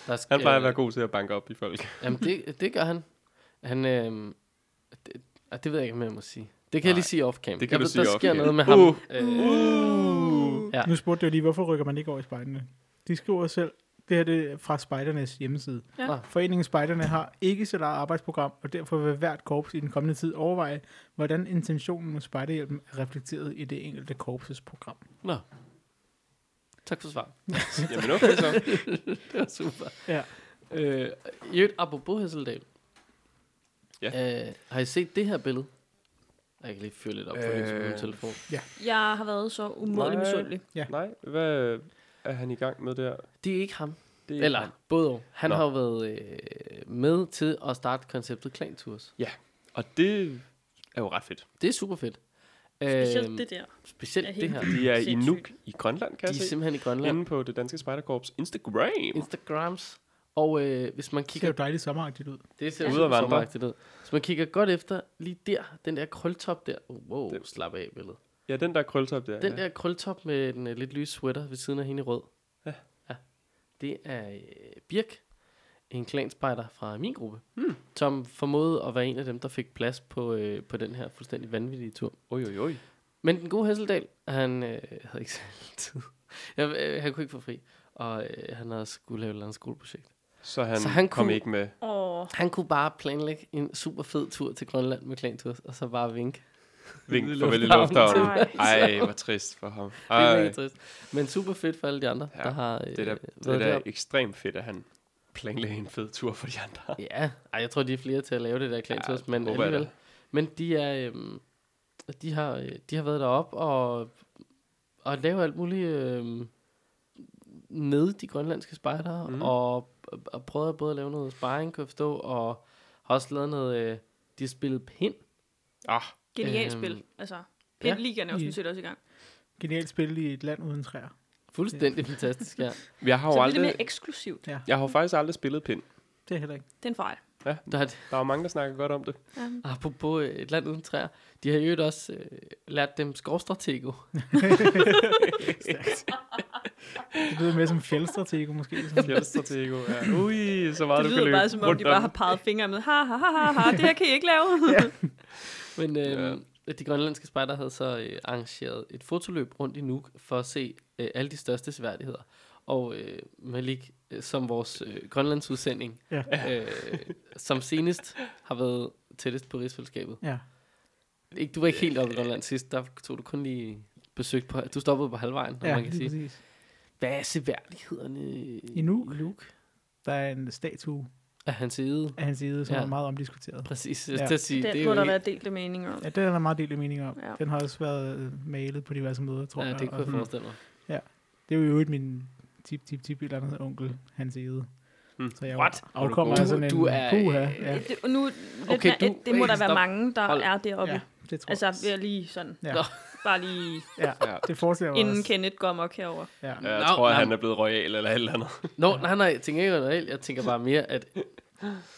Der skal,
Han plejer at være god til at banke op i folk.
Jamen, det, det gør han. Han, øhm, det, ah, det ved jeg ikke, om jeg må sige. Det kan Nej, jeg
Nej,
lige sige
det
off-cam.
kan
jeg
du
ved,
sige
Der sker
off-cam.
noget med ham.
Uh.
Øh, Ja.
Nu spurgte jeg lige, hvorfor rykker man ikke over i spejderne? De skriver selv, det her det er fra Spejdernes hjemmeside.
Ja.
Ah.
Foreningen Spejderne har ikke sit eget arbejdsprogram, og derfor vil hvert korps i den kommende tid overveje, hvordan intentionen med spejderhjælpen er reflekteret i det enkelte korpses program.
tak for svar.
Jamen okay så.
Det var super.
Ja.
Øh, I øvrigt, apropos Hesseldal. Øh, har I set det her billede? Jeg kan lige fyre lidt op på øh,
Øh.
min telefon.
Jeg har været så umådelig
Nej.
misundelig.
Nej, hvad er han i gang med der?
Det er ikke ham.
Det er ikke
Eller
ham.
både og. Han
Nå.
har jo været øh, med til at starte konceptet Klan Tours.
Og det er jo ret fedt.
Det er super fedt. Øhm,
Specielt det der.
specielt
er
det
helt Altså,
her.
De er i
Sindssygt.
Nuuk i Grønland, kan
De
jeg
er
se.
simpelthen i Grønland.
Inde på det danske spejderkorps Instagram.
Instagrams. Og øh, hvis man
Det ser
kigger...
jo dejligt sommeragtigt ud.
Det ser
Ja.
ud
Ude at vandre.
ud. Hvis man kigger godt efter, lige der, den der krøltop der. Wow,
Det-
slap af billedet.
Ja, den der krøltop der.
Den
ja.
der krøltop med den øh, lidt lyse sweater ved siden af hende i rød.
Ja.
ja. Det er øh, Birk, en klanspejder fra min gruppe, hmm. som formåede at være en af dem, der fik plads på, øh, på den her fuldstændig vanvittige tur.
Oj, oj, oj.
Men den gode Hesseldal, han øh, havde ikke særlig tid. Jeg, øh, han kunne ikke få fri, og øh, han havde skulle lave et eller andet skoleprojekt.
Så han,
Så han
kom
kunne-
ikke med.
Åh,
Han kunne bare planlægge en super fed tur til Grønland med klantur, og så bare vinke.
Vink
Ude i
farvel i
lufthavnen.
lufthavnen. Ej, hvor trist for ham.
Det er
Ej,
mega trist. Men super fedt for alle de andre,
Ja,
ja, der har øh,
det er da, det er
været
da
deroppe.
ekstremt fedt, at han planlagde en fed tur for de andre.
Ja, Ej, jeg tror, de er flere til at lave det der klanturs,
det
ja, men
håber jeg
alligevel.
da.
Men de er... Øhm, de har, øh, de har været deroppe og, og lavet alt muligt øhm, med de grønlandske spejdere,
Mhm.
mm. og, og prøvet at både at lave noget sparring, kan jeg forstå, og har også lavet noget... Øh, de har spillet pind.
Ah,
genialt
Øhm,
spil. Altså,
ja.
Pindligaen er jo sådan set også i gang.
Genialt spil i et land uden træer.
Fuldstændig fantastisk, ja.
jeg har
Så det
jo
er lidt
aldrig,
mere eksklusivt.
jeg har jo faktisk aldrig spillet pind.
Det er heller ikke.
Det er en fejl.
Ja,
Der er,
der er jo mange, der snakker godt om det.
Apropos øh, et land uden træer. De har jo også øh, lært dem skovstratego.
Det lyder mere som fjeldstrategi måske. Sådan.
Fjeldstratego, ja. Ui, så meget
Det
du
lyder
kan løbe
bare, som om de
rundt
bare
om.
har peget fingre med, ha, ha, ha, ha, ha, det her kan I ikke lave.
Men øh, ja. de grønlandske spejder havde så øh, arrangeret et fotoløb rundt i Nuuk for at se øh, alle de største sværdigheder. Og øh, Malik, øh, som vores øh, grønlandsudsending,
Ja.
øh, som senest har været tættest på rigsfællesskabet.
Ja.
Ikke, du var ikke helt oppe i Grønland sidst, der tog du kun lige besøg på, du stoppede på halvvejen, ja,
Ja,
man kan
lige
sige.
præcis.
Hvad er seværdighederne i
I Nuuk?
Nuuk?
Der er en statue
Af hans side.
af hans side, som
Ja.
ja. er meget omdiskuteret.
Præcis,
Ja.
ja. til at sige, det er
Den
jo
må der
helt-
være delte meninger om.
Ja, den er der meget delte meninger om.
Ja.
Ja. Den har også været øh, malet på diverse møder, tror
Ja,
jeg.
det kunne
og
jeg
sådan.
forestille mig.
det er jo i øvrigt min tip, tip, tip, et eller andet onkel, hans ede.
Hmm.
Så jeg
What?
afkommer
Du-
af sådan en
du er- øh,
puha. Ja,
Det, nu, lidt
Okay,
mere,
du-
det må der
stop.
være mange, der
Hold.
er deroppe.
ja, det tror jeg.
Altså, vil jeg lige sådan,
Ja.
Nå.
bare lige,
ja,
Ja.
det forestiller jeg mig
inden
også.
Kenneth går mok herover.
Ja.
Ja, jeg
Nå,
tror, at
nå.
han er blevet royal eller et eller andet.
Nå, nej, nej, jeg tænker ikke noget Jeg tænker bare mere, at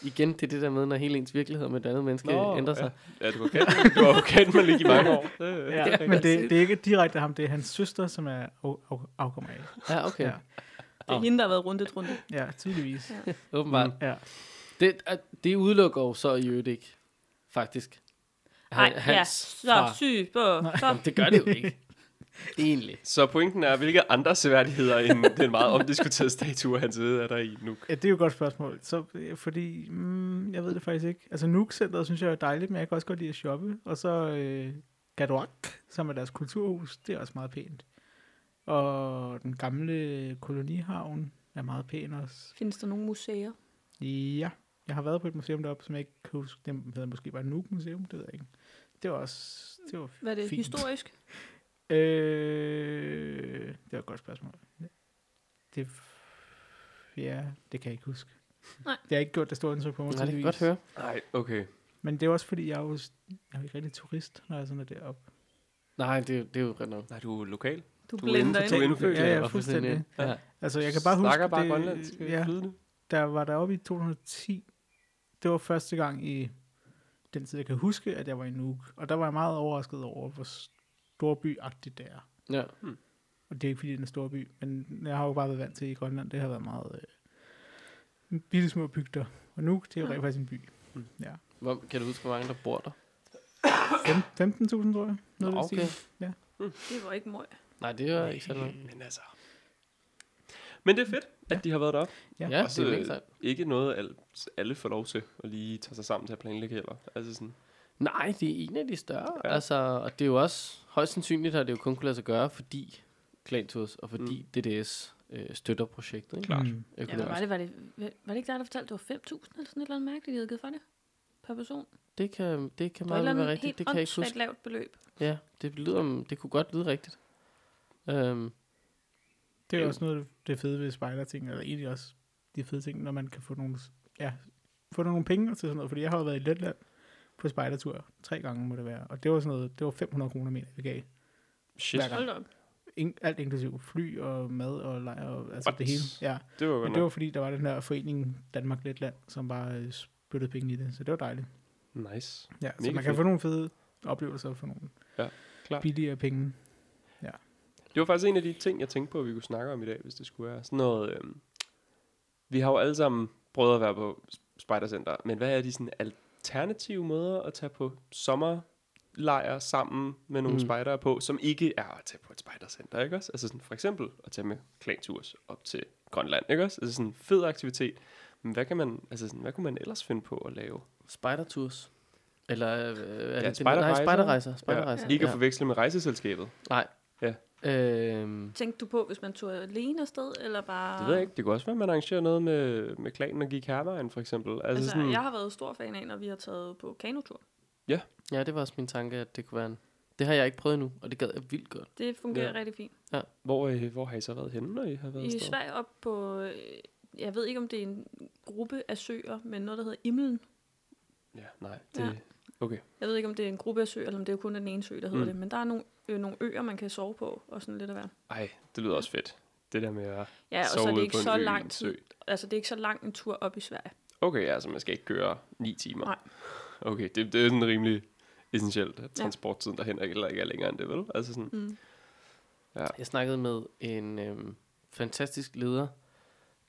igen, det er det der med, når hele ens virkelighed med et andet menneske Nå, ændrer sig.
Ja, ja du var kendt, du var jo kendt med lige i mange år. Det,
Ja, men det, det er ikke direkte ham, det er hans søster, som er au- au- afkommer af.
Ja, ja okay. Ja.
Ja.
Det er hende, der har været rundet rundt.
Ja, tydeligvis.
Åbenbart. Mm.
Ja.
Det, at- det udelukker jo så i øvrigt ikke, faktisk.
Nej,
Han-
ja,
fra-
så syg på. Så,
Jamen, det gør det jo ikke. Egentlig.
Så pointen er, hvilke andre seværdigheder end den meget omdiskuterede statue af hans side er der i nu?
Ja, det er jo et godt spørgsmål. Så, øh, fordi, mm, jeg ved det faktisk ikke. Altså, Nuuk-centret synes jeg er dejligt, men jeg kan også godt lide at shoppe. Og så øh, Gaduak, som er deres kulturhus, det er også meget pænt. Og den gamle kolonihavn er meget pæn også.
findes der nogle museer?
Ja, jeg har været på et museum deroppe, som jeg ikke kan huske. Det hedder måske bare Nuuk Museum, det ved jeg ikke. Det var også det var
Hvad er det,
fint.
historisk?
Øh, det var et godt spørgsmål. Det, ja, det kan jeg ikke huske.
Nej.
Det har ikke gjort det store indtryk på mig.
Nej, det kan jeg
tydeligvis.
godt høre.
Nej, okay.
Men det er også fordi, jeg er jo, jeg er jo ikke rigtig turist, når jeg sådan er deroppe.
Nej, det, er jo- det er jo ret nok.
Nej, du er lokal.
Du
Du er
blænder
inden for-
ind.
er indfødt,
ja,
Jeg
ja,
var
fuldstændig.
Ja.
Altså, jeg kan bare huske,
øh, Snakker bare
det,
grønlandsk øh, ja.
ja,
flydende.
der var deroppe i 2010. Det var første gang i den tid, jeg kan huske, at jeg var i Nuuk. Og der var jeg meget overrasket over, hvor storbyagtigt det er.
Ja.
Og det er ikke fordi, det er en stor by, men jeg har jo bare været vant til i Grønland, det har været meget øh, bitte små bygder. Og nu, det er jo rent faktisk en by. Ja.
Hvor, kan du huske, hvor mange der bor der?
Fem- 15.000, tror jeg. Noget
Nå,
Nå, okay.
okay.
Det var ikke møg.
Nej, det er ikke særlig mange.
Men altså... Men det er fedt, at de har været deroppe.
Ja,
Ja,
Også,
det er
øh,
mega sejt.
Ikke noget, alle, alle får lov til at lige tage sig sammen til at planlægge heller. Altså sådan,
Nej, det er en af de større.
Ja.
Ja. Altså, og det er jo også, højst sandsynligt har det jo kun kunne lade sig gøre, fordi Klanturs og fordi mm. DDS øh, støtter projektet. Ikke?
klart.
Mm.
Ja,
Økonomisk.
hvad var det, var det, var det ikke dig, der fortalte, at det var 5.000 eller sådan et eller andet mærkeligt, de havde givet for det? Per person? Det
det, kan, det kan
var et
meget
eller
vel være
andet
rigtigt.
helt
Det kan jeg ikke
åndssvagt
huske.
lavt beløb.
Ja, det, lyder, det kunne godt lyde rigtigt. Øhm,
Det er også noget af det fede ved spejderting, eller egentlig også de fede ting, når man kan få nogle, ja, få nogle penge til sådan noget. Fordi jeg har jo været i Letland, på spejdertur. Tre gange må det være. Og det var sådan noget, det var 500 kroner, mener jeg, vi gav.
Shit,
Hver gang.
Hold da op.
In, alt inklusiv fly og mad og lejr og altså
What?
det hele. Ja.
det var godt
Men det var
nok.
fordi, der var den her forening Danmark Letland, som bare øh, spyttede penge i det. Så det var dejligt.
Nice.
Ja, så
Mega
man kan
fedt.
få nogle fede oplevelser for nogle
Ja, klart.
billigere penge.
Det var faktisk en af de ting, jeg tænkte på, at vi kunne snakke om i dag, hvis det skulle være. Sådan noget, øh, vi har jo alle sammen prøvet at være på s- Spejdercenter, men hvad er de sådan alternative måder at tage på sommerlejr sammen med nogle
Mm.
mm. spejdere på, som ikke er at tage på et spejdercenter, ikke også? Altså sådan for eksempel at tage med klanturs op til Grønland, ikke også? Altså sådan en fed aktivitet. Men hvad, kan man, altså sådan, hvad kunne man ellers finde på at lave?
Spider-tours. Eller øh, er det det, nej,
spejderrejser.
spiderrejser. Spiderrejser.
Ikke at forveksle med rejseselskabet.
Øhm,
Tænkte du på, hvis man tog alene afsted, eller bare...
Det ved jeg ikke. Det kunne også være, at man arrangerer noget med, med klanen og gik hervejen, for eksempel. Altså,
Altså,
sådan,
jeg har været stor fan af, når vi har taget på kanotur.
ja, det var også min tanke, at det kunne være en... Det har jeg ikke prøvet endnu, og det gad jeg vildt godt.
Det fungerer
Ja.
ja. rigtig fint.
Hvor, øh, hvor har I så været henne, når I har været
I
afsted?
Sverige op på... øh, Jeg ved ikke, om det er en gruppe af søer, men noget, der hedder Imlen.
Ja, nej. Det,
Ja.
ja. Okay.
Jeg ved ikke, om det er en gruppe af søer, eller om det er kun den ene sø, der hedder
Mm.
mm. det. Men der er nogle, øh, nogle øer, man kan sove på, og sådan lidt af hvert.
Ej, det lyder også fedt. Det der med at
Ja, og så
sove
er det
ude
ikke
på en
så
ø i en
lang
sø.
tid. Altså, det er ikke så lang en tur op i Sverige.
Okay, ja, så man skal ikke køre 9 timer.
Nej.
Okay, det, det er sådan rimelig essentielt, at transporttiden derhen er heller ikke er længere end det, vel? Altså sådan,
Mm.
Jeg snakkede med en øhm, fantastisk leder,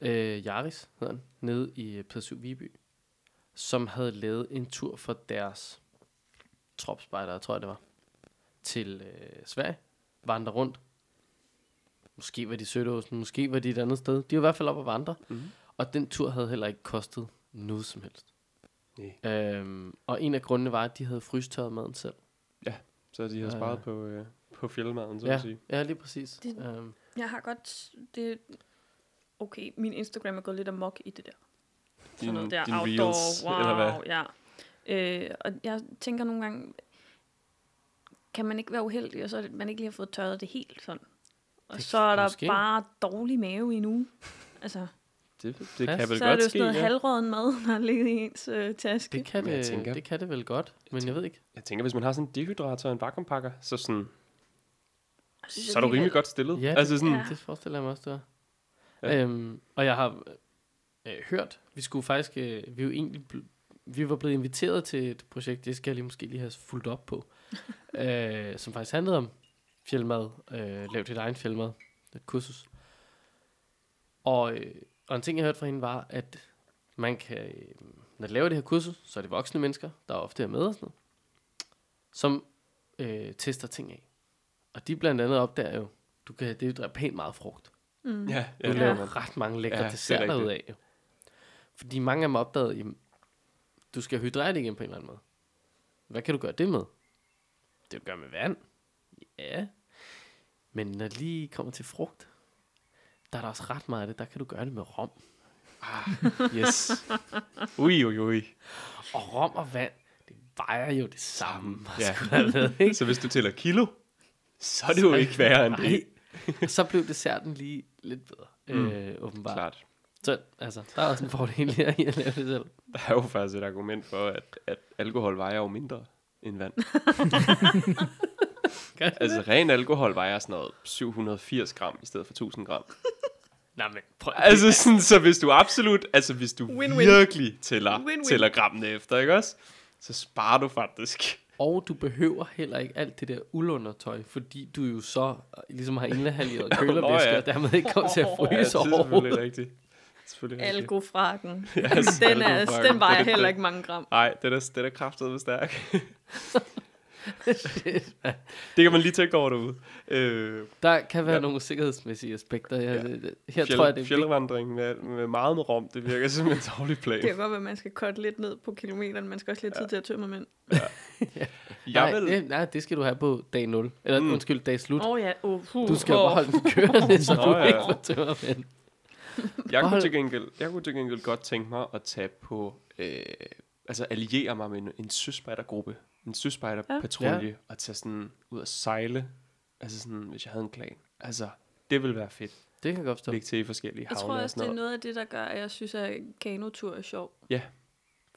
øh, Jaris hedder han, nede i øh, Pedersyv Viby, som havde lavet en tur for deres tropspejdere, tror jeg det var, til øh, Sverige, vandre rundt. Måske var de i Sødåsen, måske var de et andet sted. De var i hvert fald op og vandre.
Mhm.
Mm. Og den tur havde heller ikke kostet noget som helst.
Nej.
Øhm, og en af grundene var, at de havde frystørret maden selv.
så de har
Ja,
sparet
ja.
på, øh, på fjeldmaden, så ja.
ja,
at sige.
ja, lige præcis.
Det-
Det, øhm,
Jeg har godt... Det, okay, min Instagram er gået lidt amok i det der. sådan noget der
din
outdoor,
reels,
wow,
eller hvad?
ja. Øh, og jeg tænker nogle gange, kan man ikke være uheldig, og så er det- man ikke lige har fået tørret det helt sådan. Og
Det-
så er der
måske.
måske. bare dårlig mave i en uge. Altså,
Det, det kan
Pas.
vel
så er
godt
det jo
ske,
sådan noget
ja.
halvrøden mad, der har ligget i ens øh, taske.
det, kan
Men jeg
det,
tænker-
det kan det vel godt, men jeg ved ikke.
Jeg tænker, hvis man har sådan en dehydrator og en vakuumpakker, så, sådan,
Jeg synes
så er du rimelig
alligevel-
godt stillet.
Ja,
altså sådan,
Ja. Det forestiller jeg mig også, det var.
Ja.
Ja. Øhm, og jeg har øh, øh, hørt, vi skulle faktisk, øh, vi er jo egentlig, bl- vi var blevet inviteret til et projekt, det skal jeg lige måske lige have fulgt op på, øh, som faktisk handlede om fjeldmad, øh, lav dit egen fjeldmad, et kursus. Og, øh, og en ting, jeg hørte fra hende, var, at man kan, øh, når de laver det her kursus, så er det voksne mennesker, der ofte er med og sådan noget, som øh, tester ting af. Og de blandt andet opdager jo, du kan, det er jo pænt meget frugt.
Mm.
ja, ja,
Du
det
ja.
laver
laver
man.
ret mange lækre
Ja, det
ja,
er
desserter
rigtigt.
ud af. jo. Fordi mange af dem opdagede, jamen, du skal hydrere det igen på en eller anden måde. Hvad kan du gøre det med? Det kan du gøre med vand. Ja. Men når det lige kommer til frugt, der er der også ret meget af det. Der kan du gøre det med rom. Ah,
Yes. Ui, ui, ui.
Og rom og vand, det vejer jo det samme.
Ja.
skulle jeg ved, ikke?
Så hvis du tæller kilo, så er det jo ikke værre end det.
Og Så blev desserten lige lidt bedre, mm. øh, åbenbart. Klart.
Klart.
Så altså, der er også en fordel her i at lave det selv.
Der er jo faktisk et argument for, at, at alkohol vejer jo mindre end vand. altså ren alkohol vejer sådan noget 780 gram i stedet for 1000 gram.
Nej, men prøv,
Altså sådan, så hvis du absolut, altså hvis du
Win-win.
virkelig tæller,
Win-win.
tæller grammene efter, ikke også? Så sparer du faktisk.
Og du behøver heller ikke alt det der uldundertøj, fordi du jo så øh, ligesom har indehalget
Nå
kølervæske,
ja.
ja. og dermed ikke kommer til at
Ja, det er
fryse ja,
selvfølgelig
overhovedet.
rigtigt. Selvfølgelig rigtigt.
Algofrakken.
Yes,
Den, er,
algofrakken.
den vejer
Det er
heller
det.
ikke mange gram.
Nej, den er, den er kraftedeme stærk. det kan man lige tænke over derude. Øh,
Der kan være
Ja.
ja. nogle sikkerhedsmæssige aspekter. Jeg,
Ja.
ja. det, her
fjeld,
tror jeg, det er vigtigt.
fjeldvandring med, med meget med rom, det virker som en dårlig plan.
Det kan godt være, at man skal korte lidt ned på kilometeren. Man skal også lige have tid til at tømme dem ind.
Jeg
Nej,
vil,
det, nej, det skal du have på dag 0. Eller
Mm.
mm. undskyld, dag slut.
Åh oh, ja, oh, puh,
Du skal
Åh.
bare holde den kørende, så
Nå,
du
ja.
ikke får tømmermænd.
jeg, kunne
Hold-
til gengæld, jeg kunne til gengæld godt tænke mig at tage på, øh, altså alliere mig med en, en søspejdergruppe, en søspejderpatrulje, ja. og tage sådan ud og sejle, altså sådan, hvis jeg havde en klan. Altså, det ville være fedt.
Det kan jeg godt forstå.
Lægge til i forskellige
Jeg
havne
tror
og
også,
sådan
det er
noget.
noget af det, der gør, at jeg synes, at kanotur er sjov.
Ja.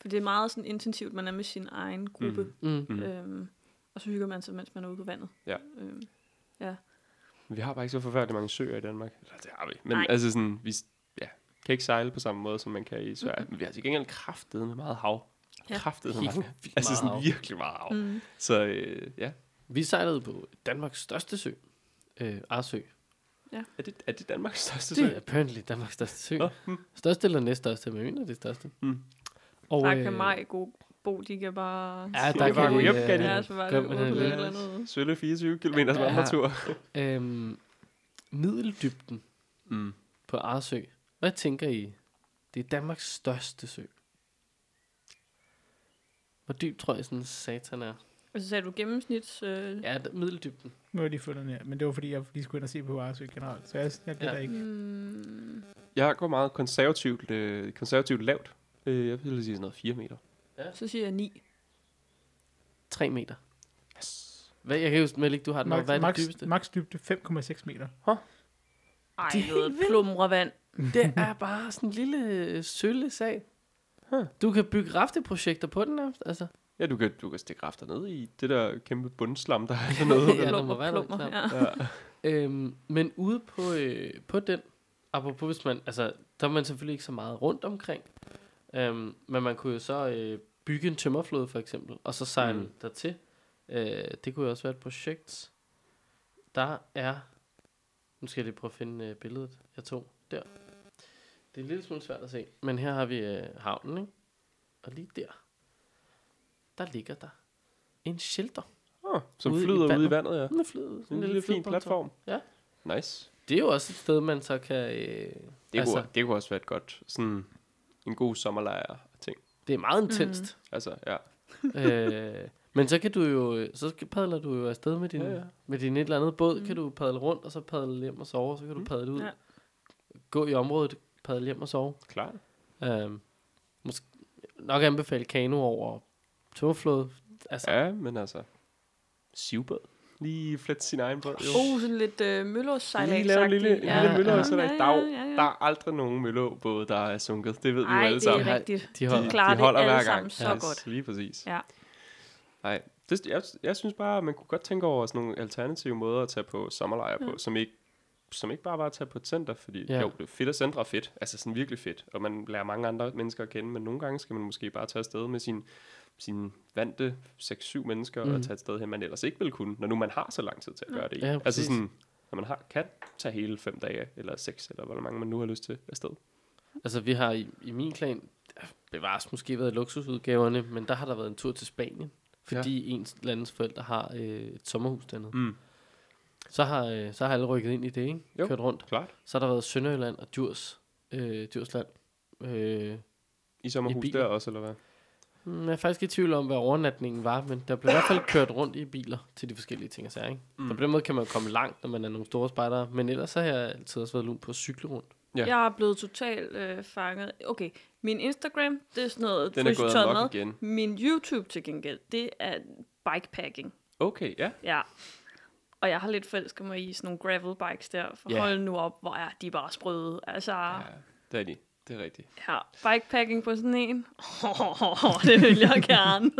For det er meget sådan intensivt, man er med sin egen gruppe.
Mm.
Mm.
Mm.
Mm. Øhm, og så hygger man sig, mens man er ude på vandet.
Ja.
Øhm, ja.
Vi har bare ikke så forfærdeligt mange søer i Danmark. Eller, det har vi. Men
Nej.
Nej. altså sådan, vi s- ja, kan ikke sejle på samme måde, som man kan i Sverige. Men vi har til gengæld kraftet med meget hav.
Ja.
Ja. Kraftet med
Helt
meget, altså
meget
sådan
hav.
virkelig meget hav. Mm.
Mm.
Så øh, ja.
Vi sejlede på Danmarks største sø. Øh, Arsø.
Er det, er det Danmarks største sø?
Det er apparently Danmarks største sø.
Nå,
Største eller næststørste, men jeg mener det er største.
Mm.
Og, øh,
Der kan mig god bo, de kan bare...
Ja, der
De kan bare
kan
gå
vi,
hjem,
øh,
kan de?
Ja, så var det
Kom,
ude på
øh,
et
lad
eller andet.
Sølle 24 km ja. vandretur.
Øhm, middeldybden
Mm.
på Arsø. Hvad tænker I? Det er Danmarks største sø. Hvor dyb tror I sådan en satan er?
Og så sagde du gennemsnits... Øh,
Ja, d- middeldybden.
Nu har jeg lige fundet den her, men det var fordi, jeg lige skulle ind og se på Varesø generelt, så jeg, jeg gætter
Ja.
ikke.
mm,
Jeg går meget konservativt, øh, konservativt lavt. Øh, jeg vil sige sådan noget 4 meter.
så siger jeg 9.
3 meter. Hvad, jeg kan huske, Malik, du har den op.
Max,
Hvad er det
max,
dybeste?
max dybde 5,6 meter.
Ej,
Det er helt
noget
vildt.
plumrevand.
Det er bare sådan en lille øh, sølle sag. Du kan bygge rafteprojekter på den nærmest. Altså,
Ja, du kan, du kan stikke rafter ned i det der kæmpe bundslam, der er dernede.
Ja, der må
Plummer,
være noget
plummer, ja.
Øhm, men ude på, øh, på den, apropos hvis man, altså, der er man selvfølgelig ikke så meget rundt omkring, øhm, men man kunne jo så øh, bygge en tømmerflåde for eksempel, og så sejle mm.
Mm.
dertil. Øh, det kunne jo også være et projekt. Der er, nu skal jeg lige prøve at finde øh, billedet, jeg tog der. Det er en lille smule svært at se, men her har vi øh, havnen, ikke? Og lige der, der ligger der en shelter.
Ah, som
Ude i
flyder ude i
vandet.
vandet, ja.
Den er flyet.
En lille fin platform.
Ja.
Nice.
Det er jo også et sted, man så kan... Øh,
Det, altså,
altså,
kunne, det kunne også være et godt, sådan en god sommerlejr ting.
det er
Mhm.
meget intenst.
Altså, ja.
Mm. øh, men så kan du jo... øh, Så skal- padler du jo afsted med din, ja,
Ja,
ja.
ja.
Med din et eller andet båd. Mm. Kan du padle rundt, og så padle hjem og sove, og så kan du padle ud. Ja.
Mhm. Ja.
Gå i området, padle hjem og sove.
Klart.
Øh, måske nok anbefale kano over togflåde. Altså, ja.
Ja, men altså, sivbåd. Lige flette sin egen båd. Jo.
Oh, sådan lidt øh, mølleårssejlags
Lige lave en lille, en
Ja,
lille mølle,
ja.
og så er der i dag. Der er aldrig nogen møllebåde, der er sunket. Det ved vi jo
Ej,
alle
det er
sammen.
rigtigt.
de
De,
klart.
holder.
klarer
de
det
holder
alle
hver
sammen
gang.
så godt.
Lige præcis.
Ja.
Nej, det, jeg, jeg synes bare, man kunne godt tænke over sådan nogle alternative måder at tage på sommerlejre på, som ikke som ikke bare var at tage på et center, fordi
Ja.
ja. jo, det er fedt at centre er fedt, altså sådan virkelig fedt, og man lærer mange andre mennesker at kende, men nogle gange skal man måske bare tage afsted med sin, sin vante 6-7 mennesker mm.
Mm.
og tage et sted hen, man ellers ikke ville kunne, når nu man har så lang tid til at gøre det i.
Ja,
altså
præcis.
sådan, når man har, kan tage hele 5 dage, eller 6, eller hvor mange man nu har lyst til afsted.
Altså, vi har i, i min klan, bevares måske været luksusudgaverne, men der har der været en tur til Spanien, fordi ja. ens landets forældre har øh, et sommerhus dernede.
Mm.
Så har, øh, så har alle rykket ind i det, ikke?
Jo.
Kørt rundt.
Klart.
Så har der været Sønderjylland og Djurs, øh, Djursland. Øh,
I sommerhus
bilen.
der også, eller hvad?
mm, jeg er faktisk i tvivl om, hvad overnatningen var, men der blev i hvert fald kørt rundt i biler til de forskellige ting og sager, ikke? Mm. Så på den måde kan man komme langt, når man er nogle store spejdere, men ellers så har jeg altid også været lun på at cykle rundt.
Ja.
Jeg er blevet totalt øh, fanget. Okay, min Instagram, det er sådan noget
Den er gået
frysetørret mad.
amok igen.
Min YouTube til gengæld, det er bikepacking.
Okay, ja.
Ja. Og jeg har lidt forelsket mig i sådan nogle gravel bikes der, for
Ja.
hold nu op, hvor er de bare sprøde. Altså, ja.
ja. Det er de. Det er rigtigt.
ja bikepacking på sådan en, det vil jeg gerne.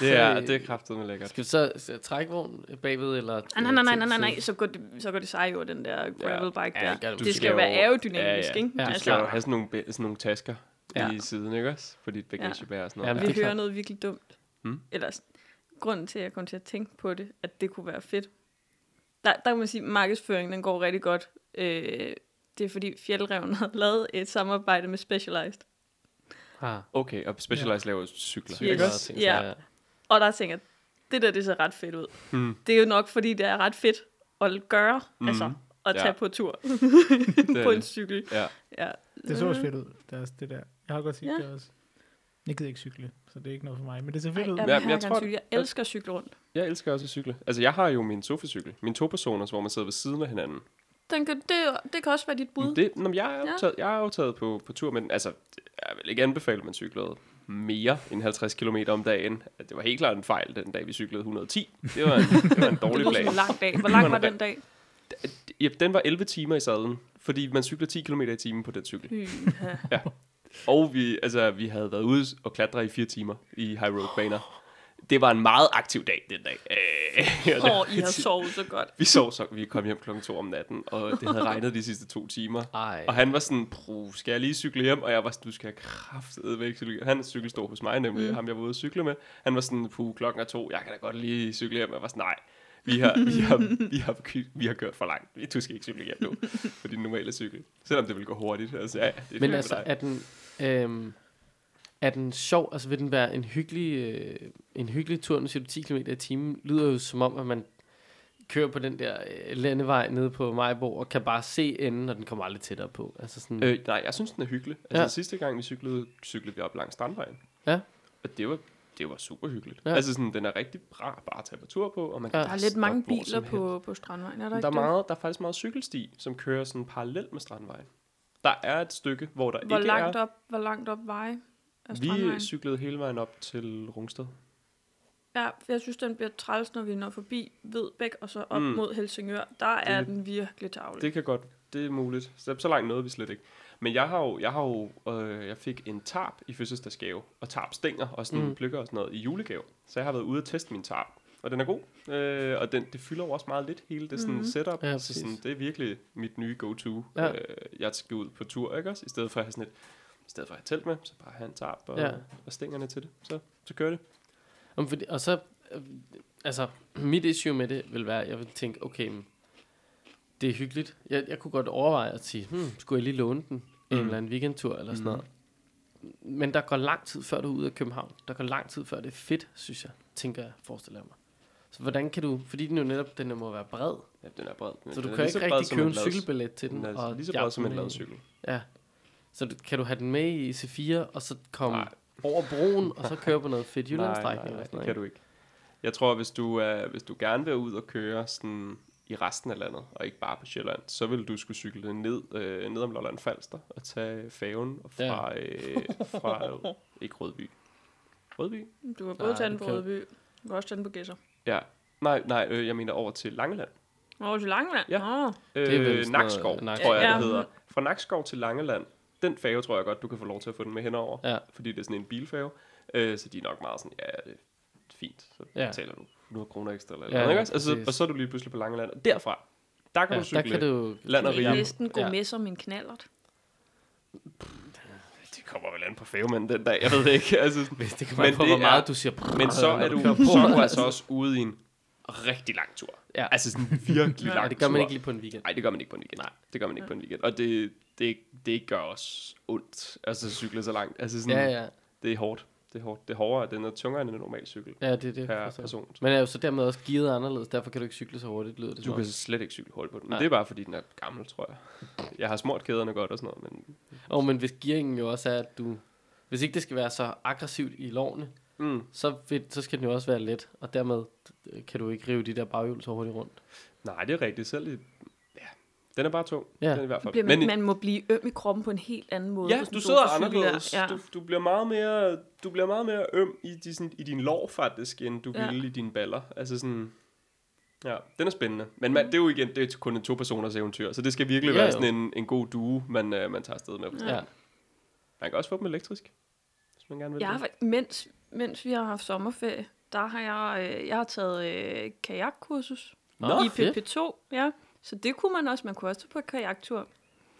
Det er,
øh,
det er kraftedeme lækkert.
Skal vi så, så trække vognen bagved, eller...
Ah,
øh,
Nej, nej, nej, nej, nej, nej,
til
nej. Så går det, så går det sej over den der gravel bike
Ja,
der.
gør det. Du
det
skal
skal jo være aerodynamisk,
ja, ja.
ikke? Altså,
Ja,
Du skal jo have sådan nogle, bæ- sådan nogle tasker
Ja.
Altså- ja. i siden, ikke også? På dit bagagebær og sådan
Ja,
noget.
men
Vi
Ja,
det er
hører
klart.
noget virkelig dumt.
Mm.
Eller s- grunden til, at jeg kom til at tænke på det, at det kunne være fedt. Der, der kan man sige, at markedsføringen den går rigtig godt. Øh, det er fordi Fjeldreven har lavet et samarbejde med Specialized.
Ah.
Okay, og Specialized laver cykler,
Yes.
ikke også?
ting, så Ja. Og der tænker jeg, det der det ser ret fedt ud.
Mm.
Det er jo nok, fordi det er ret fedt at gøre, mm. altså at
Mhm. Ja.
tage på tur
er
på en
det.
cykel.
Ja.
Ja. Mm.
Det så også fedt ud, deres, det der. Jeg har godt set
Ja.
ja. det også. Jeg gider ikke cykle, så det er ikke noget for mig, men det ser fedt ud.
Ej,
Ja,
jeg,
men
jeg,
jeg tror,
jeg, jeg elsker at cykle rundt.
Jeg elsker også at cykle. Altså, jeg har jo min sofacykel. Min to-personers, hvor man sidder ved siden af hinanden.
Den kan, det, det kan også være dit bud.
Men Det, nå, men jeg, er
Ja.
jo taget, jeg er jo taget på, på tur, men altså, jeg vil ikke anbefale, at man cyklede mere end 50 km om dagen. Det var helt klart en fejl, den dag vi cyklede 110. Det var en, det var en
det
dårlig
lyder som
plan.
en lang dag. Hvor lang var den dag? Hmm.
Ja, den var 11 timer i sadlen, fordi man cykler 10 km i timen på den cykel.
Pyha.
Og vi, altså, vi havde været ude og klatre i fire timer i High Road Baner. Det var en meget aktiv dag den dag. Øh, og det-
Åh, oh, I har sovet så godt.
vi sov så, vi kom hjem klokken 2 om natten, og det havde regnet de sidste to timer.
Ej.
Og han var sådan, "Puh, skal jeg lige cykle hjem? Og jeg var sådan, du skal have kraftedeme ikke cykle. Han cykelstod hos mig nemlig, mm. ham jeg var ude at cykle med. Han var sådan, puh, klokken er to, jeg kan da godt lige cykle hjem. Jeg var sådan, nej, vi har, vi har, vi har, ky- vi har kørt for langt. Du skal ikke cykle hjem nu på din normale cykel. Selvom det ville gå hurtigt. Altså, ja, ja, det er fint
Men
med
altså,
dig.
er den, øhm, er den sjov? Altså, vil den være en hyggelig, øh, en hyggelig tur? Nu siger du 10 km i timen. Lyder jo som om, at man kører på den der øh, landevej nede på Majbo, og kan bare se enden, og den kommer aldrig tættere på. Altså sådan, øh.
Øh, nej, jeg synes, den er hyggelig. Altså,
Ja.
ja. sidste gang vi cyklede, cyklede vi op langs Strandvejen.
Ja.
Og det var, det var super hyggeligt.
Ja.
Ja. Altså, sådan, den er rigtig rar bare at tage på tur på. Og man kan
Ja.
Der
Der
er
bare
lidt mange
stoppe hvor
biler
som helst.
på, på Strandvejen, er der,
Der
ikke
er, meget, der er faktisk meget cykelsti, som kører sådan parallelt med Strandvejen. Der er et stykke, hvor der
det? Hvor
ikke
langt,
er...
op, hvor langt op vej er
Vi øh,
Strandvejen?
cyklede hele vejen op til Rungsted.
Ja, for jeg synes, den bliver træls, når vi når forbi Vedbæk og så op mm.
Mm.
mod Helsingør. Der
Det-
er den virkelig tavlig.
Det kan godt, det er muligt. Så, så langt nåede vi slet ikke. Men jeg har jo, jeg har jo, øh, jeg fik en tarp i fødselsdagsgave, og tarp stænger og sådan
Mm.
mm. pløkker og sådan noget i julegave. Så jeg har været ude og teste min tarp, og den er god. Øh, og den, det fylder jo også meget lidt, hele det sådan
Mhm.
mm. setup.
Ja,
så
præcis.
sådan, det er virkelig mit nye go-to.
Ja.
Ja. Øh, jeg skal ud på tur, ikke også? I stedet for at have sådan et, i stedet for at have telt med, så bare have en tarp og,
Ja.
ja. og stængerne til det. Så, så kører det.
om, fordi, og så, øh, altså, mit issue med det vil være, at jeg vil tænke, okay, men, det er hyggeligt. Jeg, jeg kunne godt overveje at sige, hmm, skulle jeg lige låne den mm. en
Mm.
eller anden weekendtur eller sådan
Mhm.
noget. Men der går lang tid, før du er ude af København. Der går lang tid, før det er fedt, synes jeg, tænker jeg, forestiller jeg mig. Så hvordan kan du, fordi den jo netop, den må være bred,
Ja, den er bred. men
så
den
du
er
kan
lige
ikke
bred
rigtig
som
købe en
lads-
cykelbillet til den.
Den er lige så
jakke
bred som en
med.
ladcykel.
Ja. Så du, kan du have den med i C4, og så komme
Nej.
over broen, og så køre på noget fedt
Nej,
jyllandstrækning
nej,
eller
nej,
sådan
det
noget.
kan du ikke. Jeg tror, hvis du, øh, hvis du gerne vil ud og køre sådan i resten af landet, og ikke bare på Sjælland, så vil du skulle cykle ned, øh, ned om Lolland Falster og tage færgen fra, ja. øh, fra øh, ikke Rødby. Rødby?
Du har
Nej,
både
det
tandet på
kan-
Rødby, du kan også tandet på Gæsser.
Ja. Nej, nej, øh, jeg mener over til Langeland.
Og til Langeland.
Ja.
Nå.
Det er
Øh,
vel sådan noget-
Nakskov,
Nakskov.
tror jeg,
Ja.
det hedder. Fra Nakskov til Langeland, den færge tror jeg godt, du kan få lov til at få den med henover,
Ja.
fordi det er sådan en bilfærge. Øh, så de er nok meget sådan, ja, det er fint, så
Ja.
ja. betaler du 100 kroner ekstra eller
Ja,
ja, noget, ikke? også?
præcis.
Altså, og så er du lige pludselig på Langeland, og derfra, der kan
Ja,
du
der
cykle.
kan du...
Land og
Jeg
rige.
kan næsten gå
Ja.
med som en knallert.
Det kommer vel an på færgemanden den dag, jeg ved det ikke. Altså, sådan.
Det
Men
kan man på,
det
hvor meget
er-
du siger...
men så er du, så er du altså også ude i en rigtig lang tur.
Ja.
Altså sådan virkelig
Ja,
lang
Nej, det gør man
tur.
ikke lige på en weekend.
Nej, det gør man ikke på en weekend. Nej, det gør man ikke på en weekend. Og det, det, det gør os ondt, altså at cykle så langt. Altså sådan,
Ja, ja.
Det er hårdt. Det er hårdt. Det er hårdere. Den er tungere end en normal cykel
Ja, det er det.
per
forstår jeg.
person.
Men er jo så dermed også givet anderledes, derfor kan du ikke cykle så hurtigt, lyder det
Du
som
kan
om.
slet ikke cykle hurtigt på den. Men
Nej.
det er bare, fordi den er gammel, tror jeg. Jeg har smurt kæderne godt og sådan noget, men...
Og men hvis gearingen jo også er, at du... Hvis ikke det skal være så aggressivt i lovene,
Mm,
så, vil, så skal den jo også være let, og dermed øh, kan du ikke rive de der baghjul så hurtigt rundt.
nej, det er rigtigt. Selv i, ja. Den er bare tung.
Ja.
Den er i hvert fald.
Bliver man,
i-
man må blive øm i kroppen på en helt anden måde.
Ja,
på sådan
du
en
sidder
sofacykel der.
anderledes.
Ja.
Du, du, bliver meget mere, du bliver meget mere øm i, de, sådan, i din lår faktisk, end du
Ja.
ja. ville i dine baller. Altså sådan... Ja, den er spændende. Men man, det er jo igen det er kun en to-personers eventyr, så det skal virkelig
Ja,
ja, være
jo.
sådan en, en god duo, man, øh, man tager afsted med.
Ja. ja.
Man kan også få dem elektrisk, hvis man gerne vil
Jeg har,
det.
fakt- mens, mens vi har haft sommerferie, der har jeg, øh, jeg har taget øh, kajakkursus
Nå,
i
fedt.
PP2. Ja. Så det kunne man også. Man kunne også tage på kajaktur.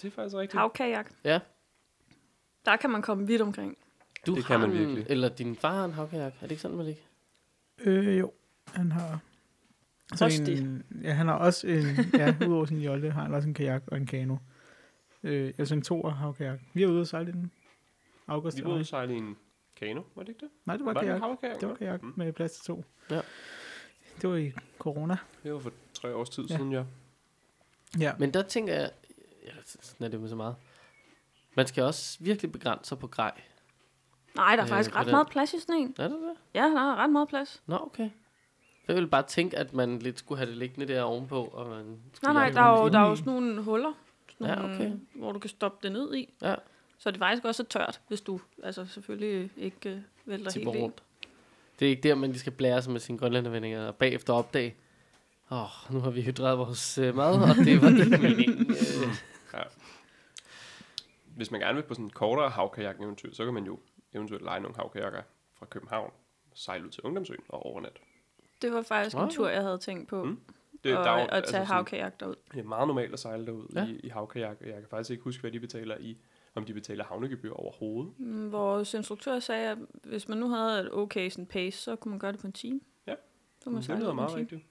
Det er faktisk rigtigt.
Havkajak.
Ja.
Der kan man komme vidt omkring.
Du
Det
har
kan man
en-
virkelig.
Eller din far har en havkajak. Er det ikke sådan, man ligger?
Øh, jo, han har...
Også
en, ja, han har også en... Ja, udover sin jolle har han også en kajak og en kano. Øh, altså en toer havkajak. Vi er ude og sejle i den. August.
Vi
eller
var ude
hvad?
og sejle i en kano, var det ikke det?
Nej, det var,
var det en
kajak.
havkajak?
Det var kajak
Mm.
med plads til to.
Ja.
Det var i corona.
Det var for tre års tid
Ja.
ja. siden, ja.
Ja.
Men der tænker jeg, ja, sådan er det med så meget. Man skal også virkelig begrænse sig på grej.
Nej, der er
Øh,
faktisk ret
hvordan-
meget plads i sådan en.
Er det det?
Ja, der er ret meget plads.
Nå, okay. Jeg ville bare tænke, at man lidt skulle have det liggende der ovenpå, og man
Nej,
skulle
nej,
jagte
der er jo,
rundt
der er jo sådan nogle huller, sådan
Ja,
ja, okay.
okay.
nogle, hvor du kan stoppe det ned i.
Ja.
Så det faktisk også er tørt, hvis du altså selvfølgelig ikke øh,
i-
vælter
tipper
helt ind.
rundt. Det er ikke der, man lige skal blære sig med sine grønlandervendinger, og bagefter opdage, åh, oh, nu har vi hydreret vores øh, mad, og det var ikke meningen. Øh,
Ja. hvis man gerne vil på sådan en kortere havkajak-eventyr, så kan man jo eventuelt lege nogle havkajakker fra København, sejle ud til Ungdomsøen og overnat.
Det var faktisk
Wow.
en tur, jeg havde tænkt på.
Mm.
Mm.
Det,
og,
der er jo-
og tage
sådan-
altså havkajak derud.
Det er meget normalt at sejle derud
Ja.
ja. i, i havkajak, og jeg kan faktisk ikke huske, hvad de betaler i, om de betaler havnegebyr overhovedet.
Mm, Vores instruktør sagde, at hvis man nu havde et okay sådan pace, så kunne man gøre det på en time.
Ja.
Så kunne man
det
sejle
lyder
det på en
meget
time.
rigtigt.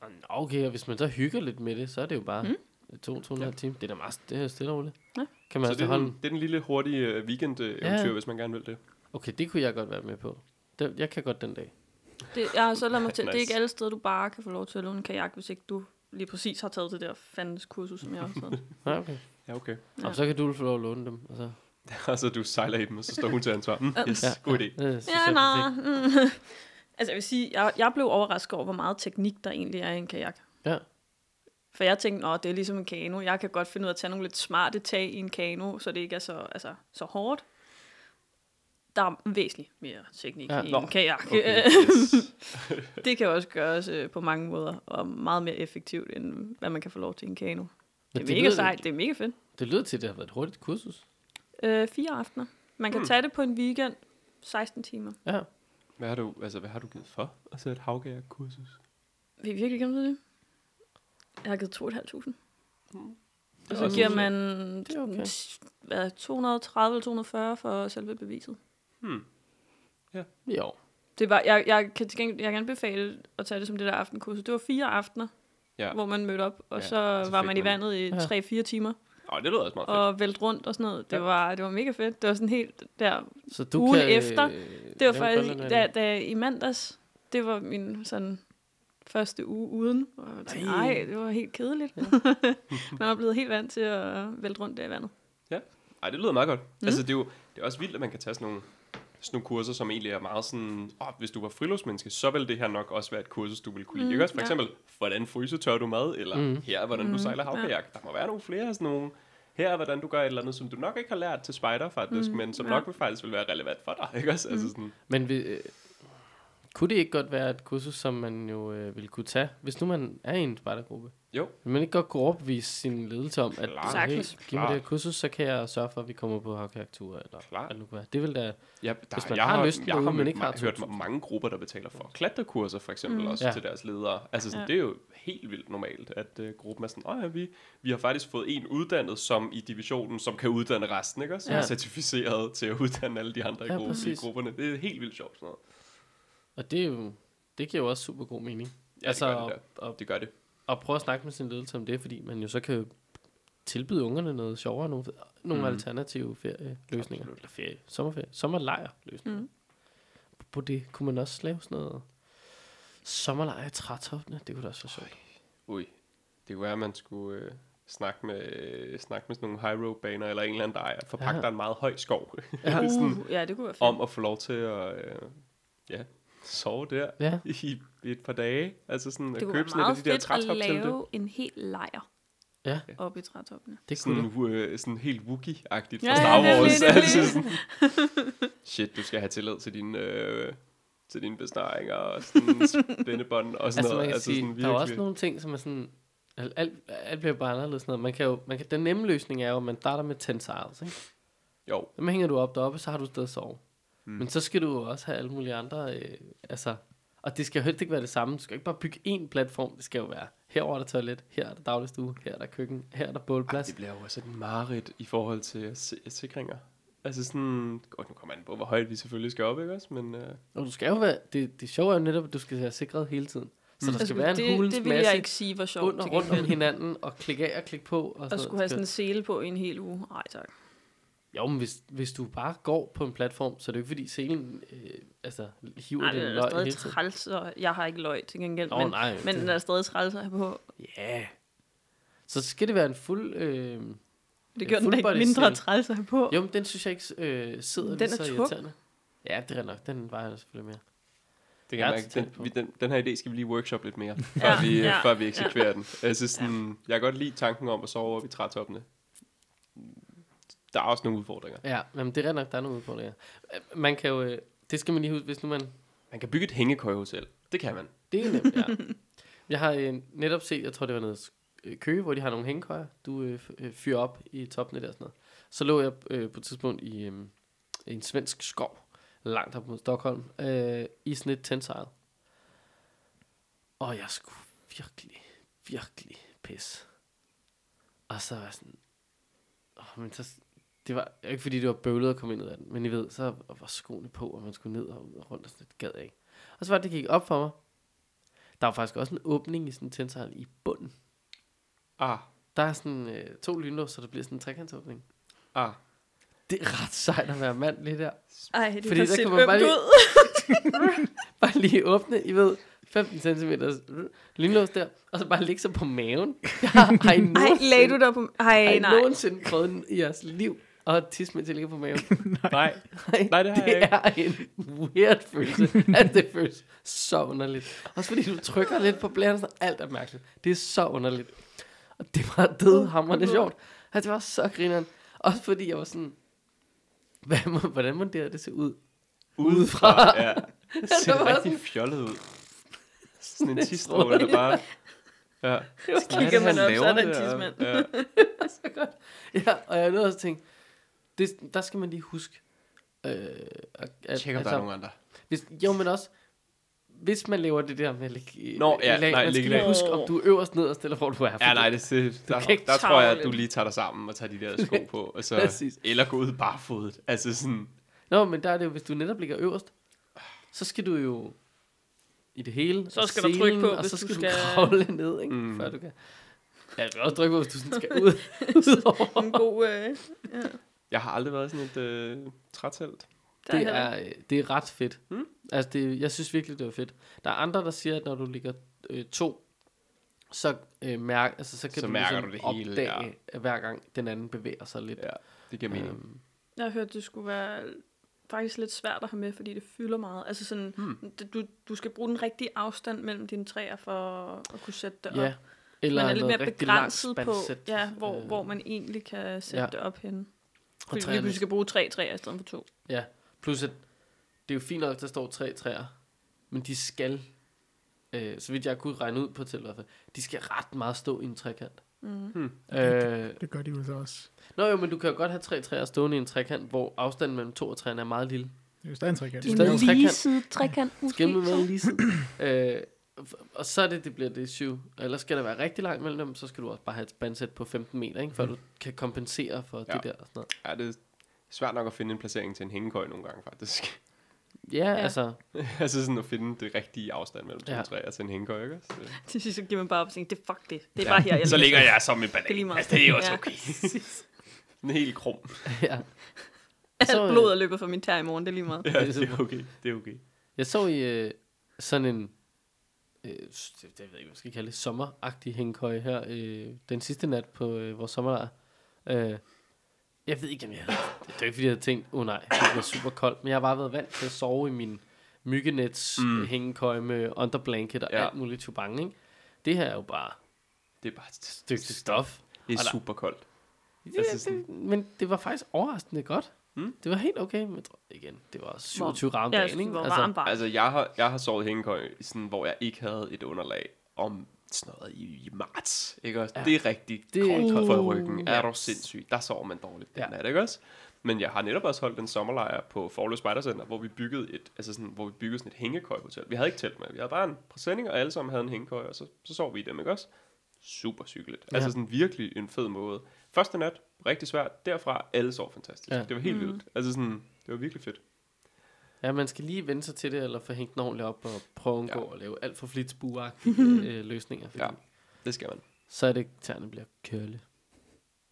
Nå, Okay, og hvis man så hygger lidt med det, så er det jo bare mm. to, to ja. timer. Det er da meget det er jo stille og roligt.
Ja.
Kan man
Så det
altså
er, den,
holde...
det er den lille hurtige øh, weekend-eventyr, ja. hvis man gerne vil det.
Okay, det kunne jeg godt være med på. Det, jeg kan godt den dag.
Det, jeg har så lad mig til, det er
Nice.
ikke alle steder, du bare kan få lov til at låne en kajak, hvis ikke du lige præcis har taget det der fandens kursus, som jeg også havde.
Ja, okay.
Ja, okay.
Ja. Og så kan du få lov at låne dem. Og så,
altså, du sejler i dem, og så står hun til ansvar. Mm, yes,
Ja. Øh,
god idé.
det synes
ja,
jeg er
nej. Mm.
perfekt.
altså jeg vil sige, jeg, jeg blev overrasket over, hvor meget teknik der egentlig er i en kajak.
Ja.
For jeg tænkte, at det er ligesom en kano. Jeg kan godt finde ud af at tage nogle lidt smarte tag i en kano, så det ikke er så, altså, så hårdt. Der er væsentligt mere teknik
Ja,
ja, i
nå.
en kajak.
Okay,
Okay.
yes.
det kan også gøres øh, på mange måder, og meget mere effektivt, end hvad man kan få lov til i en kano. Det
Men
er mega
lyder-
sejt, det er mega fedt.
Det lyder til, at det har været et hurtigt kursus.
Øh, fire aftener. Man
Hmm.
kan tage det på en weekend, 16 timer.
Ja.
Hvad har du, altså, hvad har du givet for at tage et havkajak-kursus?
Vil I virkelig gerne vide det? Jeg har givet 2.500. Og
er
så
også
giver
okay.
man
Det er okay.
hvad, 230 eller 240 for selve beviset.
Jo.
Det var, jeg, jeg, kan til gengæld, jeg kan anbefale at tage det som det der aftenkurs. Det var fire aftener,
Ja.
hvor man mødte op, og
Ja,
så
og så
var
fik
man i
man-
vandet i
Ja.
3-4 timer,
Åh, det lyder også meget fedt.
og vælte rundt og sådan noget. Det,
Ja.
var, det var mega fedt. Det var sådan helt der
Så du
Ugen
kan, øh,
efter, Det
lave
var faktisk,
Grønland-
da, da i mandags, det var min sådan første uge uden. Og jeg tænkte,
Nej.
nej, det var helt kedeligt. man var blevet helt vant til at vælte rundt der i vandet.
Mm.
Ej, det lyder meget godt.
Mhm.
Mm. Altså, det er jo det er også vildt, at man kan tage sådan nogle, sådan nogle kurser, som egentlig er meget sådan, åh, hvis du var friluftsmenneske, så ville det her nok også være et kursus, du ville kunne lide.
Mm,
Mm, ikke også? For
ja.
eksempel, hvordan frysetør du mad, eller
Mm.
mm. her, er, hvordan mm,
Mm,
du sejler havkajak.
ja.
Der må være nogle flere af sådan nogle, her er, hvordan du gør et eller andet, som du nok ikke har lært til spider faktisk,
Mm,
mm, men som
ja. Mhm.
ja. nok vil faktisk vil være relevant for dig, ikke også? Mm. Altså sådan,
Men vi, øh, kunne det ikke godt være et kursus, som man jo øh, ville kunne tage, hvis nu man er i en spejdergruppe?
Jo.
Vil man ikke godt kunne overbevise sin ledelse om, at
Klart.
Sagtens.
hey, giv mig
Klart.
det her kursus, så kan jeg sørge for, at vi kommer på havkaraktur, eller
Klart.
hvad det nu kan være. Det vil da...
ja, der,
Hvis man
jeg
har
har,
lysten
jeg
derude,
har
men
mødt,
ikke har
ma- hørt
2.000.
mange grupper, der betaler for klatrekurser, for eksempel, mm. også
Ja.
til deres ledere. Altså, sådan,
Ja.
ja. det er jo helt vildt normalt, at uh, gruppen er sådan, åh ja, vi, vi har faktisk fået en uddannet, som i divisionen, som kan uddanne resten, ikke også? Som
Ja.
er certificeret til at uddanne alle de andre
Ja,
ja, gruppe, i
præcis.
grupperne. Det er helt vildt sjovt, sådan noget.
Og det er jo... Det giver jo også super god mening.
Ja, altså, det, gør
at,
det,
at,
der. det gør det.
at prøve at snakke med sin ledelse om det, fordi man jo så kan jo tilbyde ungerne noget sjovere, nogle, nogle mm.
Mhm.
alternative ferieløsninger.
Absolut.
Eller ferie, sommerferie, sommerlejrløsninger. Mm.
Mm.
På det kunne man også lave sådan noget sommerlejr i trætoppene. Det kunne da også være sjovt.
Ui, det kunne være, at man skulle øh, snakke, med, øh, snakke med sådan nogle high road baner, eller en eller anden, der ejer, forpagter
Ja.
ja. en meget høj skov,
Ja,
Sådan-
uh, ja det kunne være fedt.
om at få lov til at, øh, ja, sove der.
Ja,
i et par dage. Altså sådan
det
at
kunne
købe
være
sådan et af
meget
de der
fedt at
trætop-telte.
lave en hel lejr
Ja.
oppe i trætoppene.
det kunne
Sådan,
det.
øh, sådan helt Wookie-agtigt fra
Ja,
Star
ja,
Wars.
nemlig,
altså sådan, shit, du skal have tillid til dine, øh, til dine besnaringer og sådan spændebånd og sådan
Altså man
noget.
kan
Altså
sige,
sådan
der er jo også
virkelig.
nogle ting, som er sådan... al- Alt, alt bliver bare anderledes. Sådan noget. Man kan jo, man kan, den nemme løsning er jo, at man starter med tensars, ikke?
Jo,
Dem hænger du op deroppe, så har du et sted at sove. Mm. Men så skal du jo også have alle mulige andre... Øh, altså, og det skal jo helst ikke være det samme. Du skal ikke bare bygge én platform. Det skal jo være, herover er der toilet, her er der dagligstue, her er der køkken, her er der
Ej,
bålplads.
det bliver jo også et mareridt i forhold til si- sikringer. Altså sådan, godt, nu kommer an på, hvor højt vi selvfølgelig skal op, ikke også? Men øh,
Og du skal jo være... Det, det sjove er jo netop, at du skal være sikret hele tiden. Så
Mm.
der skal være en
Altså, det,
hulens
det ville
masse
jeg ikke sige, hvor sjovt
under
til
rundt om
gengæld.
hinanden, og klikke af og klikke på. Og,
Og
noget.
skulle have
Det
sådan
skal-
en sele på i en hel uge. Ej, tak.
Jo, men hvis, hvis du bare går på en platform, så er det jo ikke fordi selen øh, altså, hiver
Nej,
nej,
det
den
er da
løg
stadig
hele tiden.
træls, og jeg har ikke løg til gengæld.
Nå,
men,
nej,
men
det-
den er stadig træls at have på.
Ja. Yeah. Så skal det være en fuld...
Det
Øh, Ja,
gør den da ikke
fuldbody
mindre
sele.
træls at have på.
Jo, men den synes jeg ikke øh, sidder
Den
lige
er
så
tung.
irriterende. Ja, det er nok. Den vejer selvfølgelig mere.
det kan
Jeg er
jeg mærke,
totalt på.
den, vi, den, den her idé skal vi lige workshop lidt mere, før,
Ja,
ja, vi,
ja,
ja, før vi eksekverer ja. den. Altså sådan, jeg kan godt lide tanken om at sove oppe i trætoppene. Der er også nogle udfordringer.
Ja, men det er nok, der er nogle udfordringer. Øh, Man kan jo... Øh, det skal man lige huske, hvis nu man...
Man kan bygge et hængekøjehotel. Det kan man.
Det er nemt, ja. Jeg har øh, netop set, jeg tror det var noget øh, Køge, hvor de har nogle hængekøjer, du øh, f- øh, fyrer op i toppen der og sådan noget. Så lå jeg øh, på et tidspunkt i øh, en svensk skov, langt op mod Stockholm, øh, i sådan et tændsejl. Og jeg skulle virkelig, virkelig pisse. Og så var jeg sådan... Oh, men så, det var ikke fordi, det var bøvlet at komme ind ud af den, men I ved, så var skoene på, og man skulle ned og ud og rundt, og sådan lidt gad jeg ikke. Og så var det, det gik op for mig. Der var faktisk også en åbning i sådan en tændsejl i bunden.
Ah,
Der er sådan øh, to lynlås, så der bliver sådan en trekantsåbning.
ah.
Det er ret sejt at være mand lige der.
Ej, det
Fordi
har
der
set
kan man bare
ømt
lige-
ud.
Bare lige åbne, I ved, 15 cm lynlås der, og så bare ligge sig på maven. Har, har I
Ej,
nogensinde,
lagde du dig på... Ej,
har I
nej.
nogensinde prøvet i jeres liv at tisse, mens jeg ligger på maven?
Nej, Nej, det har
det
jeg ikke.
er en weird følelse. altså, det føles så underligt. Også fordi du trykker lidt på blæren, så alt er mærkeligt. Det er så underligt. Og det var dødhammerende sjovt. Altså, det var så grineren. Også fordi jeg var sådan, hvad, må- hvordan må det her det se ud?
Udefra. Ja. Det ser
var
rigtig fjollet ud. Sådan en tidsdråbe, der
Næsehår.
bare... Ja.
Så kigger man op, så er der en tidsmand.
Ja.
så godt. Ja, og jeg nåede også at tænke, det, der skal man lige huske. Øh, at, altså, at-
Tjek, om
Altså,
der er nogen andre.
Hvis, jo, men også, hvis man laver det der med at ligge i,
Nå, ja,
i lag,
nej,
man skal
ligge i
lige
lag.
huske, om du er øverst, nederst, eller hvor du er.
Ja,
fordi-
nej, det, det, der,
kan ikke
der tror jeg, at
travle.
du lige tager dig sammen og tager de der sko på. Og så,
Præcis.
eller gå ud barefodet. Altså sådan,
Nå, men der er det jo, hvis du netop ligger øverst, så skal du jo i det hele.
Så
og
skal du trykke på,
og
hvis
så skal
du
du
skal-
kravle ned, ikke? Mm.
Mm.
Før du kan. Ja, du kan også trykke på, hvis du sådan skal ud. ud over.
En god... Øh,
jeg har aldrig været i sådan et øh, trætelt.
der
det,
heller-
er, øh, det er ret fedt.
Mm.
Altså, det, jeg synes virkelig, det var fedt. Der er andre, der siger, at når du ligger øh, to, så, øh, mærk, altså, så kan
Så
du,
mærker
ligesom
du det hele,
opdage,
ja.
at hver gang den anden bevæger sig lidt.
Ja, det giver mening.
Øhm,
Jeg har hørt, det skulle være faktisk lidt svært at have med, fordi det fylder meget. Altså sådan, hmm. du, du skal bruge den rigtige afstand mellem dine træer for at kunne sætte det
ja.
op.
Eller
man er lidt
noget
mere
rigtig langt
begrænset på,
spansæt.
ja, hvor,
Øh,
hvor man egentlig kan sætte
ja.
ja. det op henne.
og
Fordi
træerne-
vi skal bruge tre træer i stedet for to.
Ja, plus at det er jo fint nok, at der står tre træer, men de skal, øh, så vidt jeg kunne regne ud på til i hvert fald, de skal ret meget stå i en trekant.
Mm.
Hmm.
Øh,
Det gør de jo så også.
nå jo, men du kan jo godt have tre træer stående i en trekant, hvor afstanden mellem to og træerne er meget lille.
Det er jo stadig en trekant.
Det er stadig en trekant.
side trekant
Skal man være lige siden. øh, f- og så er det, det bliver det syv. Ellers skal der være rigtig langt mellem dem, så skal du også bare have et spandsæt på 15 meter, ikke? før du kan kompensere for ja.
Hmm. Ja.
det der. Og sådan noget.
Ja, det er svært nok at finde en placering til en hængekøj nogle gange, faktisk.
Ja, ja,
Ja.
altså,
altså sådan at finde det rigtige afstand mellem to
Ja.
ja. træer til en hængekøj, ikke? Så, det-
Til sidst så giver man bare op og tænker, det er fuck det. Det er bare her, jeg
så ligger jeg som en
Det er lige
banan.
meget.
Altså, det er også
Ja.
okay. Den er helt krum.
ja. Så, øh,
Alt blodet løber fra min tær i morgen, det er lige meget.
Ja,
Det er
det er okay. Det er okay.
Jeg så i øh, sådan en, øh, s- det, det ved jeg ikke, hvad jeg skal kalde det, sommeragtig hængekøje her, øh, den sidste nat på øh, vores sommerlejr. Øh, jeg ved ikke, om jeg havde, det er jo ikke, fordi jeg havde tænkt, åh oh, nej, det bliver super koldt, men jeg har bare været vant til at sove i min myggenets mm.
Mm.
hængekøje med underblanket og ja.
Ja.
alt muligt chubange, ikke? Det her er jo bare
Det er bare et
et stykke stof.
Det
Og
er
der-
super koldt.
Ja,
Altså sådan-
det, men det var faktisk overraskende godt. Mm.
Mm.
Det var helt okay, men jeg tror- igen, det var 27 varme
Ja,
dagen, ikke?
hvor varm bare.
Altså, jeg har, jeg har sovet i hængekøj, i sådan, hvor jeg ikke havde et underlag om sådan noget i, i marts, ikke også?
Ja.
Ja. Det er rigtig
Det-
det, koldt for
Uh.
ryggen. Er du sindssyg? Der sover man dårligt den
Ja.
ja. nat, ikke også? Men jeg har netop også holdt en sommerlejr på Forløs Spejdercenter, hvor vi byggede et, altså sådan, hvor vi byggede sådan et hængekøjhotel. Vi havde ikke telt med, vi havde bare en præsending, og alle sammen havde en hængekøj, og så, så sov vi i dem, ikke også? Super cyklet. Ja.
Ja.
Altså sådan virkelig en fed måde. Første nat, rigtig svært. Derfra, alle sov fantastisk.
Ja.
Ja. Det var helt mm. vildt. Altså sådan, det var virkelig fedt.
Ja, man skal lige vende sig til det, eller få hængt den ordentligt op, og prøve at undgå ja.
Ja.
at lave alt for flitsbuagtige øh, løsninger. Fordi ja.
Ja. Det skal man.
Så er det, tæerne bliver kølle.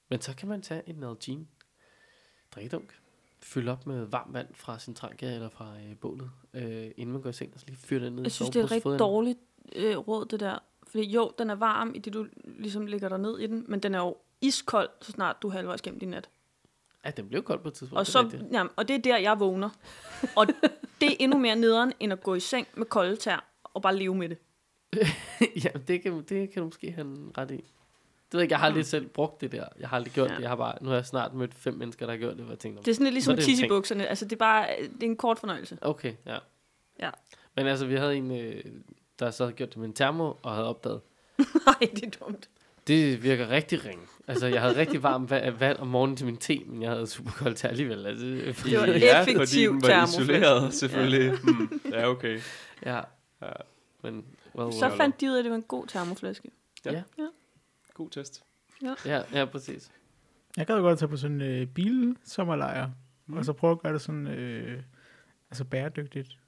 Men så kan man tage en Nalgene drikkedunk, fylde op med varmt vand fra sin tranke eller fra øh, bålet, øh, inden man går i seng, og så lige fyre den ned i
Jeg synes, det er et rigtig
soveposefoden.
dårligt øh, råd, det der. Fordi jo, den er varm, i det du ligesom ligger dig ned i den, men den er jo iskold, så snart du er halvvejs gennem din nat.
Ja, den blev kold på et tidspunkt.
Og,
det er
så,
rigtigt.
jamen, og det er der, jeg vågner. Og det er endnu mere nederen, end at gå i seng med kolde tær og bare leve med det.
ja, det kan, det kan du måske have en ret i. Det ved jeg, ikke, jeg har aldrig selv brugt det der. Jeg har aldrig gjort ja.
Ja.
det. Jeg har bare, nu har jeg snart mødt fem mennesker, der har gjort det, hvor jeg tænkte,
Det er sådan lidt ligesom
det er en ting.
tissebukserne. Altså, det er bare det er en kort fornøjelse.
Okay, ja.
Ja.
Men altså, vi havde en, øh, der så havde gjort det med en termo, og havde opdaget,
Nej, det er dumt.
Det virker rigtig ringe. Altså, jeg havde rigtig varmt va- vand om morgenen til min te, men jeg havde super koldt til alligevel. Altså, fordi,
Det var
det
en
ja,
effektiv
fordi den var
termoflex.
isoleret, selvfølgelig. Ja, mm, ja okay.
ja.
Ja.
Men, well,
Så
well.
fandt de ud af, at det var en god termoflaske.
God test.
Ja, ja, præcis.
Jeg gad godt at tage på sådan en øh, bilsommerlejr, mm. og så prøve at gøre det sådan øh, altså bæredygtigt.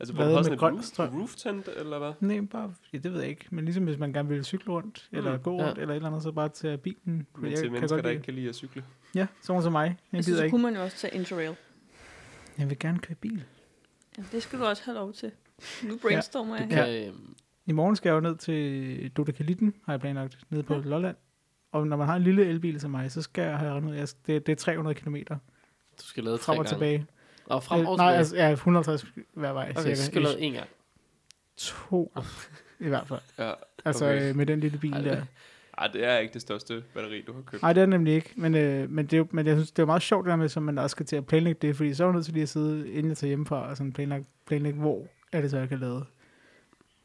Altså, hvor
Hvad
du har
med
sådan et
grøn
roof,
strøm?
roof tent, eller hvad?
Nej, bare, ja, det ved jeg ikke, men ligesom hvis man gerne vil cykle rundt, mm. eller gå
ja.
rundt, eller et eller andet, så bare tage bilen. fordi
Men
jeg
til
kan
mennesker,
godt
der
lide-
ikke kan lide at cykle.
Ja, sådan som mig. Jeg,
Jeg
gider
synes, Altså, så
ikke.
kunne man jo også tage Interrail.
Jeg vil gerne køre bil.
Ja, det skal du også have lov til. Nu brainstormer jeg.
Du
her.
kan, ja. øhm,
I morgen skal jeg jo ned til Dodekalitten, har jeg planlagt, nede på ja. Lolland. Og når man har en lille elbil som mig, så skal jeg have rendet. Jeg, det, det er 300 km
du skal lade tre
frem og
gange.
tilbage.
Og frem og
Øh,
tilbage.
Nej, altså, ja, 150 hver vej.
okay, så skal
Ish.
du lade en gang.
to, i hvert fald.
Ja.
Altså
Okay.
okay. øh, med den lille bil
Ej,
der.
Ej, det er ikke det største batteri, du har købt.
Nej, det er det nemlig ikke. Men, øh, men, det er, jo- men jeg synes, det er meget sjovt det der med, som man også skal til at planlægge det, fordi så er man nødt til lige at sidde, inden jeg tager hjemmefra, og sådan planlægge, planlægge hvor er det så, jeg kan lade.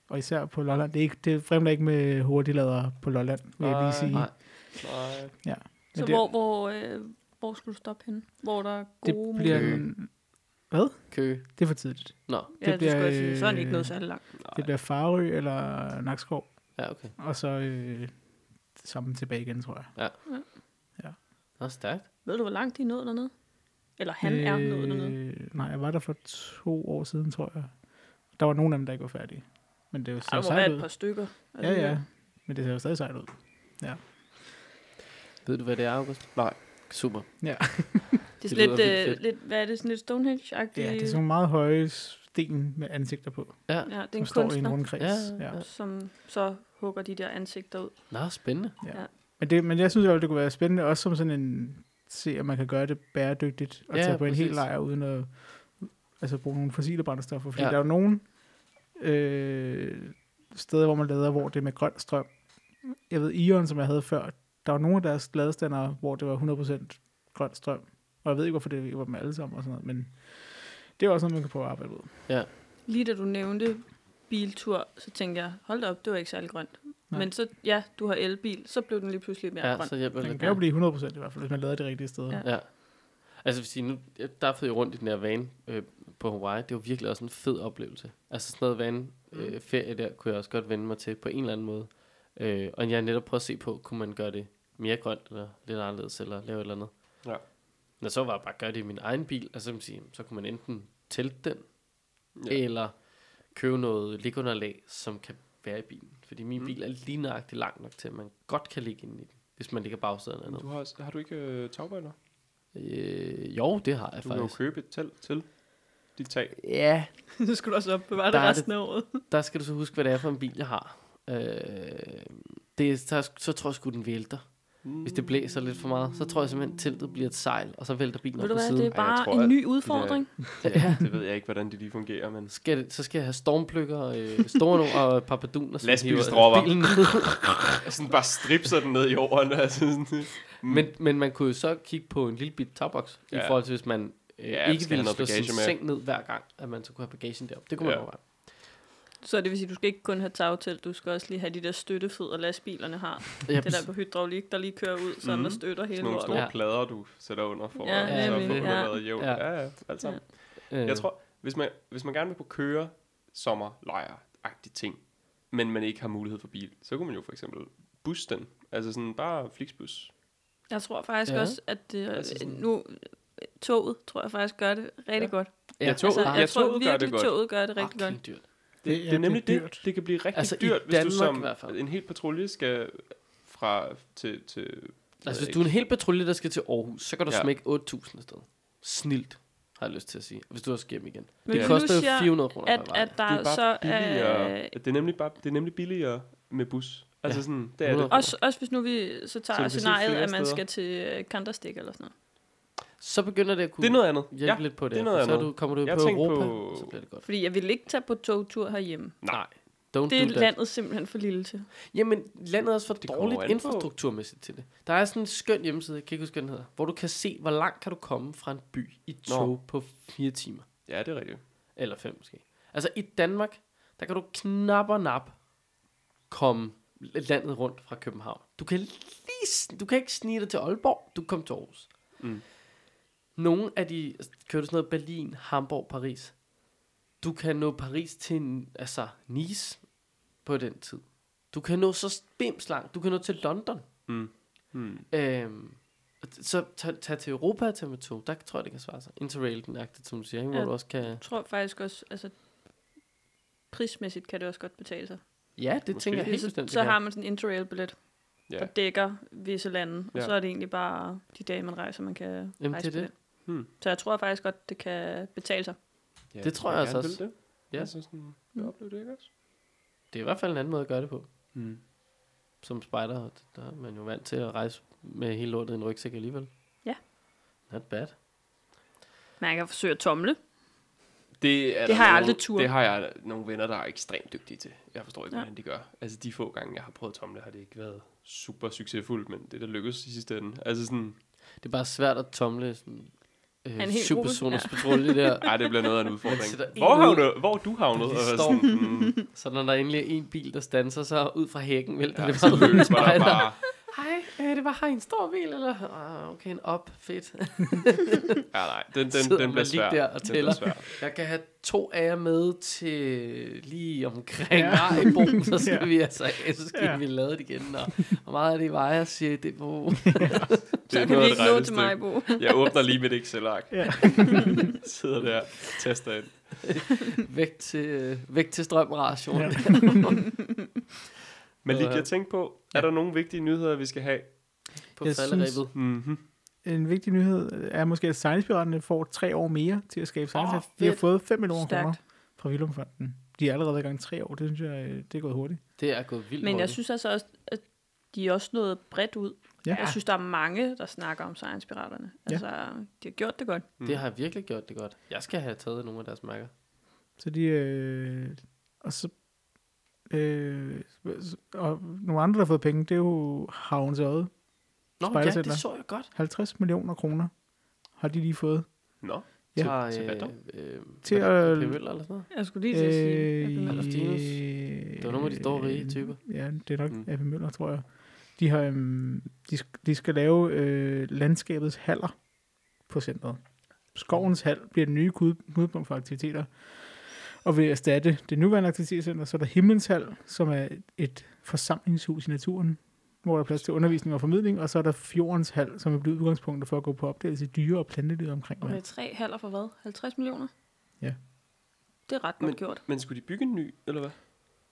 Og især på Lolland. Det, er ikke, det fremler ikke med hurtiglader på Lolland, vil jeg
Nej,
lige sige.
nej.
Nej.
Men
Så
det,
hvor, hvor, øh, hvor skulle du stoppe henne? Hvor der er
det
gode
bliver...
muligheder?
Kø.
øh, Det er for tidligt.
Nå,
Ja, det,
bliver,
bliver, skulle jeg sige. Så er det ikke
øh,
noget særlig langt.
Det bliver Farø eller Nakskov,
ja, okay.
og så øh, sammen tilbage igen, tror jeg.
Nå, stærkt.
Ved du, hvor langt de nåede dernede? Eller han øh, er nået dernede?
Nej, jeg var der for to år siden, tror jeg. Der var nogen af dem, der ikke var færdige. Men det var
Der
så
må være
sejt
et
ud.
par stykker.
Ja, ja. Men det ser jo stadig sejt ud.
Ved du, hvad det er, August?
Nej.
Super.
Det er
Det
sådan lidt,
lyder vildt
øh,
fedt.
lidt, hvad er det, sådan lidt Stonehenge-agtigt?
Ja, det er sådan nogle meget høje sten med ansigter på,
Ja.
ja, det er
som
en
står i en
kunstner,
rundkreds.
Ja, ja.
som så hugger de der ansigter ud.
Nå, spændende.
Men, det, men jeg synes jo, det kunne være spændende, også som sådan en, se om man kan gøre det bæredygtigt, og
Ja,
ja, tage på en hel
præcis.
lejr uden at altså, bruge nogle fossile brændstoffer. Fordi
Ja.
ja. der er jo nogle øh, steder, hvor man lader, hvor det er med grøn strøm. Jeg ved, Ion, som jeg havde før, der var nogle af deres ladestandere, hvor det var 100% grøn strøm. Og jeg ved ikke, hvorfor det ikke var dem alle sammen og sådan noget, men det er også noget, man kan prøve at arbejde ud.
Lige da du nævnte biltur, så tænkte jeg, hold da op, det var ikke særlig grønt.
Nej.
Men så, ja, du har elbil, så blev den lige pludselig mere
Ja,
grøn.
så hjælper det
Den
lidt.
kan jo blive 100% i hvert fald, hvis man lader det rigtige sted.
Ja.
Ja.
Ja. Altså, fordi nu, jeg- der fik jeg rundt i den der van øh, på Hawaii. Det var virkelig også en fed oplevelse. Altså sådan noget van, øh, ferie der, kunne jeg også godt vende mig til på en eller anden måde. Øh, og jeg har netop prøvet at se på, kunne man gøre det mere grønt, eller lidt anderledes, eller lave et eller andet.
Ja.
Men så var jeg bare at gøre det i min egen bil, altså så, sige, så kunne man enten tælte den,
Ja.
ja. eller købe noget ligunderlag, som kan være i bilen. Fordi min
Mm.
bil er lige nøjagtigt lang nok til, at man godt kan ligge inde i den, hvis man ligger bagsæderne ned.
Du har, også- har du ikke øh, tagbøjler?
Øh, jo, det har jeg
Du kan jo
faktisk.
købe et telt til dit tag.
Ja,
så skulle du også opbevare
Der
det
er
resten af året.
der skal du så huske, hvad det er for en bil, jeg har. Øh, det, er- så, så tror jeg sgu, den vælter. Hvis det blæser lidt for meget, så tror jeg simpelthen, teltet bliver et sejl, og så vælter bilen
Ved
op
du
på
hvad, det er
siden.
Ej, jeg
bare
tror,
en
at-
ny udfordring.
Ja, det ved jeg ikke, hvordan det lige fungerer, men...
Skal det, så skal jeg have stormpløkker, øh, storno og et par parduner, som
Lastbilstropper.
hiver bilen ned.
Sådan bare stripser den ned i jorden, altså sådan...
men, men man kunne jo så kigge på en lille bit tagbox, i
Ja.
forhold til, hvis man øh,
Ja,
ja, ikke
skal have noget
ville slå sin
bagage med.
seng ned hver gang, at man så kunne have bagagen derop. Det kunne
Ja.
man overveje.
Så det vil sige, at du skal ikke kun have tagtelt, du skal også lige have de der støttefødder, lastbilerne har.
Ja,
Det der på hydraulik, der lige kører ud, sådan
Mhm.
mm. og støtter hele
Sådan nogle store
lortet.
Ja.
ja. plader, du sætter under for
Ja,
ja, at sørge
nemlig,
for, at
ja.
ja. jævnt.
Ja.
Ja. ja, ja, alt sammen.
øh,
Jeg tror, hvis man, hvis man gerne vil på køre sommerlejr agtige ting, men man ikke har mulighed for bil, så kunne man jo for eksempel busse den. Altså sådan bare flixbus.
Jeg tror faktisk
Ja.
ja. også, at det,
Altså sådan-
nu toget, tror jeg faktisk gør det rigtig
Ja.
ja. godt.
ja,
jeg tror-
altså,
ja,
jeg tror
toget gør det
virkelig,
godt.
toget gør det rigtig
ah,
godt.
klingt dyrt.
Det,
Det
det,
er-
det er nemlig
det er
det.
dyrt.
Det, det kan blive rigtig
Altså,
altså,
i
dyrt, hvis
Danmark
du
i
som
hvert fald.
en hel patrulje skal fra til... til ved
Altså,
jeg
hvis du er en hel patrulje, der skal til Aarhus, så kan du
Øh, Ja.
ja. smække 8.000 afsted. Snilt, har jeg lyst til at sige. Hvis du også skal hjem igen.
Men
det
plus
koster jo
jeg,
400 kroner
At,
per vej.
at der
det er bare
så øh, er...
billigere. det er nemlig bare det er nemlig billigere med bus. Altså
Ja.
sådan, det er det.
100.
Også, også hvis nu vi så
Så
tager
du kan
så
se
scenariet,
flere
at man
steder.
skal til øh, Kanterstik eller sådan noget.
Så begynder det at kunne
Det er noget andet.
hjælpe lidt på det.
det er noget
så
andet.
du, kommer du
Jeg
på
tænkte
Europa,
på-
så bliver det godt.
Fordi jeg vil ikke tage på togtur herhjemme.
Nej.
Don't
Det er
do that.
landet simpelthen for lille til.
Jamen, landet er også for
Det kommer
dårligt
an på-
infrastrukturmæssigt til det. Der er sådan en skøn hjemmeside, jeg kan ikke huske, hvad den hedder, hvor du kan se, hvor langt kan du komme fra en by i
Nå.
tog på fire timer.
Ja, det er rigtigt.
Eller fem måske. Altså, i Danmark, der kan du knap og nap komme landet rundt fra København. Du kan, lige, sn- du kan ikke snige dig til Aalborg, du kom til Aarhus. Mm. Nogle af de, kører du sådan noget Berlin, Hamburg, Paris. Du kan nå Paris til, altså Nice på den tid. Du kan nå så spims langt, du kan nå til London.
Mm. Mm.
Øhm, og t- så tag, tag til Europa og tag med tog. Der tror jeg, det kan svare sig. Interrail, den agtigt, som du siger, ikke? hvor
Ja.
du også kan...
Jeg tror faktisk også, altså prismæssigt kan det også godt betale sig.
Ja, det
Måske.
tænker jeg helt
så,
bestemt. det
så
kan.
har man sådan en interrail-billet,
Ja.
der dækker visse lande, og
Ja.
så er det egentlig bare de dage, man rejser, man kan
det er
rejse på
det.
Hmm.
Så jeg tror faktisk godt, det kan betale sig.
Ja,
Det tror jeg altså
gerne
også.
vil Det.
Ja.
Ja. Altså sådan, jeg oplever det ikke også.
Det er i hvert fald en anden måde at gøre det på.
Mm.
Som spejder, og det- der er man jo vant til at rejse med hele lortet i en rygsæk alligevel.
Ja.
Not bad.
Man kan forsøge at tomle.
Det, er
Det
der
har jeg
nogle-
aldrig tur.
Det har jeg nogle venner, der er ekstremt dygtige til. Jeg forstår ikke,
Ja.
ja. hvordan de gør. Altså de få gange, jeg har prøvet tomle, har det ikke været super succesfuldt, men det der lykkedes i sidste ende. Altså sådan,
Det er bare svært at tomle sådan øh,
en hel
supersonisk patrulje der.
ej, det bliver noget af en
Man sætter
udfordring.
en
Hvor,
ud.
havner, hvor er du havnet? Og
De
jeg er
står-
sådan, mm,
Så når der endelig er en bil, der stanser sig ud fra hækken, vælter
ja,
det
så
bare ud af
lykkes man
spejder.
bare.
Hej, øh, det var her en stor bil, eller? Ah, okay, en op, fedt.
Ja, nej, den,
Sidder
den, den
man
bliver
lige
svær.
der og
den bliver
tæller.
svær.
Jeg kan have to af jer med til lige omkring
Ja.
ja. Ejbo, så skal
Ja.
ja. vi altså, så skal
Ja.
ja. vi lade det igen, og hvor meget er det i vejer, siger det på.
Det
Så
er
kan vi
noget af et
ikke nå til
regnestykke.
mig, Bo.
Jeg åbner lige mit Excel-ark.
Ja.
Sidder der, taster ind.
væk til, øh, væk til strømration. Ja.
Men lige
Ja.
jeg tænkte på, er der nogle vigtige nyheder, vi skal have?
På
Jeg
jeg
synes-
falderæbet.
Mm-hmm.
En vigtig nyhed øh, er måske, at sejlspiraterne får tre år mere til at skabe sejlsat. Oh, de har
fedt.
fået 5 millioner
Stærkt.
kroner fra Villumfonden. De er allerede været i gang i tre år. Det synes jeg, øh, det er gået hurtigt.
Det er gået vildt
Men jeg
hurtigt.
synes altså også, at de er også nået bredt ud.
Ja.
Jeg synes, der er mange, der snakker om science-piraterne.
Ja.
Altså, de har gjort det godt.
Det har virkelig gjort det godt. Jeg skal have taget nogle af deres mærker.
Så de... Øh, og så... Øh, og nogle andre, der har fået penge, det er jo Havns Øde.
Nå ja,
Spejdercenter.
det så jeg godt.
50 millioner kroner har de lige fået.
Nå,
Ja.
Til,
Til
ja. til,
hvad dog?
øh, øh,
Til
til
at-
at... Møller eller sådan noget.
Jeg skulle lige til at sige.
Øh,
Jeg
Eller Det var nogle af de store rige typer.
Ja, det er nok
Mm.
mm. AP Møller, tror jeg. De, har, øhm, de, sk- de skal lave øh, landskabets haller på centret. Skovens hal bliver den nye knude- knudepunkt for aktiviteter. Og vil erstatte det nuværende aktivitetscenter, så er der Himlens Hal, som er et forsamlingshus i naturen, hvor der er plads til undervisning og formidling, og så er der Fjordens Hal, som er blevet udgangspunktet for at gå på opdagelse i dyre og plantelivet omkring
Okay,
okay.
tre halver for hvad? 50 millioner?
Ja.
Det er ret godt
Men-
gjort.
men skulle de bygge en ny, eller hvad?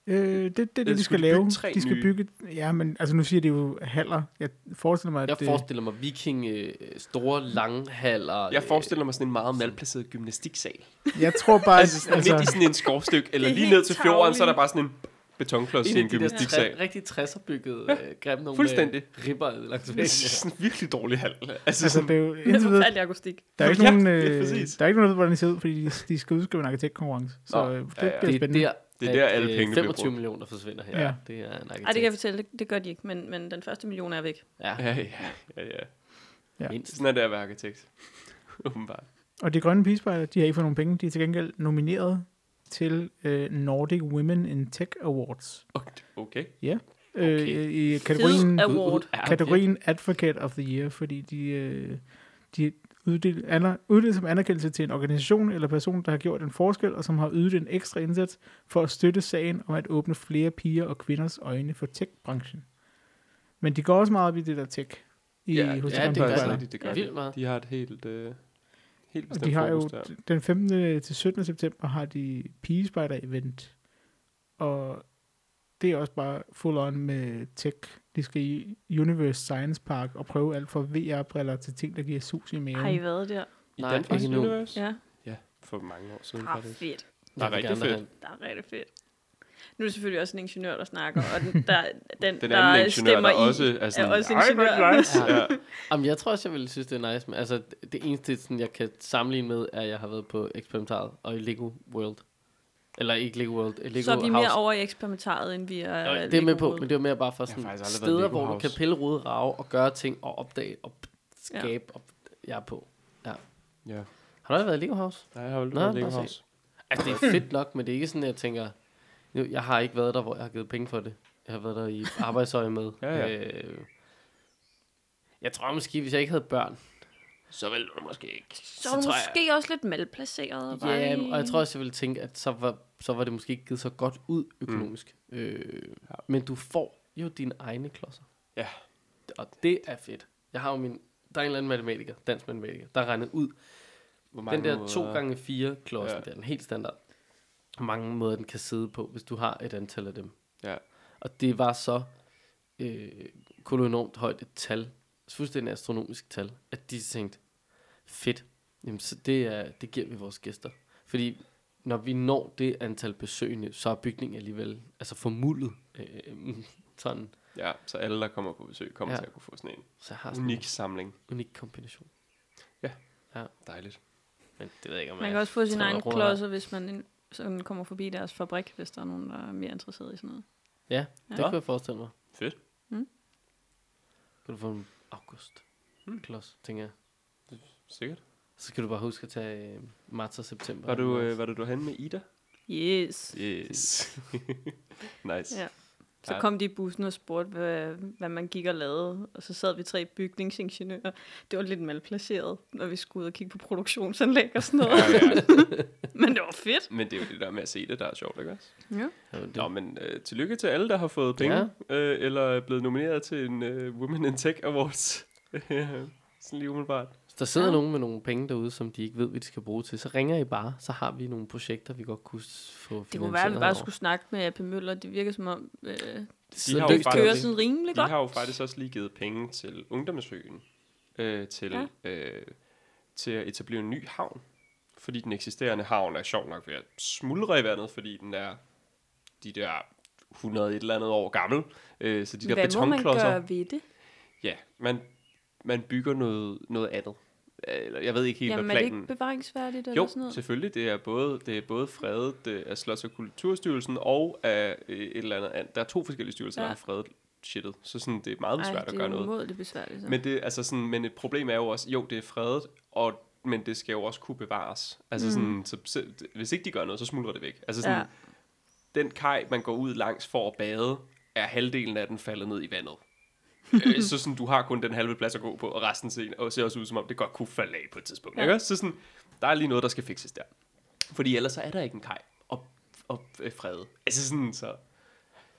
Øh, det, det, er det,
Eller
de skal
skulle de bygge
lave.
tre
De skal
nye?
bygge... Ja, men altså, nu siger de jo haller. Jeg forestiller mig, at
Jeg
det...
forestiller mig viking, øh, store langhaller.
Jeg
øh,
forestiller mig sådan en meget malplaceret gymnastiksal.
Jeg tror bare,
Altså,
altså,
midt i sådan en skovstykke, eller
Det er
lige
helt
ned til fjorden,
tarveligt.
så er der bare sådan en betonklods i
øh, en
en
af de der træ,
gymnastiksal.
rigtig 60'er bygget øh, grim nogle
fuldstændig.
med ribber langs
Det er
væggen.
sådan en virkelig dårlig hal. Altså,
altså,
sådan,
det er jo
Det er
indtil videre,
forfærdelig akustik.
der er ikke
Ja,
nogen,
det er
øh,
præcis.
der er ikke nogen, der ved, hvordan de ser ud, fordi de, de skal udskrive en arkitektkonkurrence. Så
Nå,
Nå, det
ja, ja.
bliver
Det er
spændende.
der,
Det er der, alle
øh,
pengene bliver
25
brugt.
millioner forsvinder her.
Ja.
Ja. Det er en
Ej, det kan jeg
arkitekt.
fortælle, det, det gør de ikke, men, men den første million er væk.
Ja,
ja, ja, ja, ja.
Ja.
mindst.
Sådan er det at være arkitekt. Åbenbart.
Og de grønne pigespejder, de har ikke fået nogen penge. De er til gengæld nomineret til øh, Nordic Women in Tech Awards.
Okay.
Øh,
Okay.
I kategorien,
Fed award.
Ja, okay.
kategorien Advocate of the Year, fordi de, øh, de uddelt, aner, uddelt som anerkendelse til en organisation eller person, der har gjort en forskel, og som har ydet en ekstra indsats for at støtte sagen om at åbne flere piger og kvinders øjne for tech-branchen. Men de går også meget op i det der tech. I,
Ja,
hos de
ja,
gamle
det gør
arbejdere.
de.
rigtigt, det gør
Ja, vildt meget.
De har et helt, øh, helt
Og
bestemt
de har jo
fokus der.
d- den 15. til 17. september har de pigespejder-event. Og det er også bare full on med tech. De skal i Universe Science Park og prøve alt fra VR-briller til ting, der giver sus i maven.
Har I været der?
I
Nej,
Danfoss
ikke endnu.
Universe?
Ja.
ja. for mange år siden.
Ah,
faktisk.
fedt.
Der er
Jeg vil
rigtig
gerne
fedt.
have-
Der er rigtig fedt. Nu er det selvfølgelig også en ingeniør, der snakker, og den, der, den,
Den
der
anden ingeniør,
stemmer
der
i,
også er sådan,
er også
"Ej, hvor
ingeniør.
Ja.
Ja.
Jamen, jeg tror også, jeg ville synes, det er nice. Men altså, det eneste, sådan, jeg kan sammenligne med, er, at jeg har været på Experimentaret og i Lego World. Eller ikke Lego World, eh, Lego
så er vi
House.
mere over i eksperimentaret, end vi er
Nå, det er
Lego
med på,
World.
men det var mere bare for
Jeg har
sådan
faktisk aldrig været i
steder,
Lego
hvor du
House.
kan pille, rode, rave og gøre ting og opdage og p-
Ja.
skabe. Og jeg er på.
ja.
Har du aldrig været i Lego House?
Nej, jeg har jo
Nå,
lidt Lego
bare se.
House.
Altså, det er fedt nok, men det er ikke sådan, at jeg tænker, nu, jeg har ikke været der, hvor jeg har givet penge for det. Jeg har været der i arbejdsøje med.
Ja, ja.
Øh, jeg tror måske, hvis jeg ikke havde børn,
Så vil du måske ikke.
Så er du
Så tror jeg-
måske også lidt malplaceret. og
Ja,
bare-
og jeg tror også, jeg ville tænke, at så var, så var det måske ikke givet så godt ud økonomisk. Mm. Øh, men du får jo dine egne klodser.
Ja.
Og det er fedt. Jeg har jo min... Der er en eller anden matematiker, dansk matematiker, der har regnet ud.
Hvor
Mange den der 2
måder-
gange 4 klodsen,
Ja.
ja. der er den helt standard. Hvor mange måder den kan sidde på, hvis du har et antal af dem.
Ja.
Og det var så øh, kun enormt højt et tal, et fuldstændig astronomisk tal, at de tænkte, fedt, jamen, så det, er, det giver vi vores gæster. Fordi når vi når det antal besøgende, så er bygningen alligevel altså formuldet øh, sådan.
Ja, så alle, der kommer på besøg, kommer ja.
Ja.
til at kunne få sådan en
Så jeg har sådan
unik
Unik.
samling.
en unik kombination.
Dejligt.
Men det ved jeg ikke, om
Man
jeg
kan også få sine
træder
egne
rundt.
klodser, hvis man ind- sådan kommer forbi deres fabrik, hvis der er nogen, der er mere interesseret i sådan noget.
Ja, det
Ja.
kunne jeg forestille mig.
Fedt.
Mm.
Kan du få en august? Mm. Klods, tænker jeg.
Sikkert.
Så skal du bare huske at tage øh, marts og september.
Var du, øh, var det, du var henne med Ida?
Yes.
Yes. nice.
Ja. Så
Ja.
kom de i bussen og spurgte, hvad, hvad man gik og lavede. Og så sad vi tre bygningsingeniører. Det var lidt malplaceret, når vi skulle ud og kigge på produktionsanlæg og sådan noget.
Ja, ja.
Men det var fedt.
Men det er jo det der med at se det, der er sjovt, ikke også?
Ja.
Ja, det-
Nå, men øh, tillykke til alle, der har fået penge, ja. øh, eller er blevet nomineret til en øh, Women in Tech Awards. Sådan lige umiddelbart.
Hvis der sidder
Ja.
ja. nogen med nogle penge derude, som de ikke ved, hvad de skal bruge til, så ringer I bare, så har vi nogle projekter, vi godt kunne s- få
Det kunne være, at vi bare skulle snakke med AP Møller. Det virker som om, øh, det
De har jo
løst
faktisk-
kører sådan rimelig
Vi
godt.
har jo faktisk også lige givet penge til Ungdomsøen, øh, til, ja. øh, til at etablere en ny havn. Fordi den eksisterende havn er sjov nok ved at smuldre i vandet, fordi den er de der 100 et eller andet år gammel. Øh, så de der
Hvad må man
betonklodser...
gøre ved det?
Ja, man, man bygger noget, noget andet. Øh, Eller Jeg ved ikke helt,
Jamen
hvad
er det
planen
ikke bevaringsværdigt eller
Jo,
sådan noget?
selvfølgelig. Det er både, det er både fredet øh, af Slots- og Kulturstyrelsen og af øh, et eller andet andet. Der er to forskellige styrelser, ja.
Ja.
der har fredet shitet. Så sådan, det er meget svært at
det er
gøre
jo
noget.
umådeligt besværligt. Så.
Men, det, altså sådan, men et problem er jo også, jo, det er fredet, og, men det skal jo også kunne bevares. Altså mm. sådan, så, selv- hvis ikke de gør noget, så smuldrer det væk. Altså sådan, ja.
Ja.
den kaj, man går ud langs for at bade, er halvdelen af den faldet ned i vandet. Øh, så sådan, du har kun den halve plads at gå på, og resten ser, og ser også ud, som om det godt kunne falde af på et tidspunkt. Ja. Ikke? også? Så sådan, der er lige noget, der skal fikses der. Fordi ellers så er der ikke en kaj og, og frede. Altså sådan, så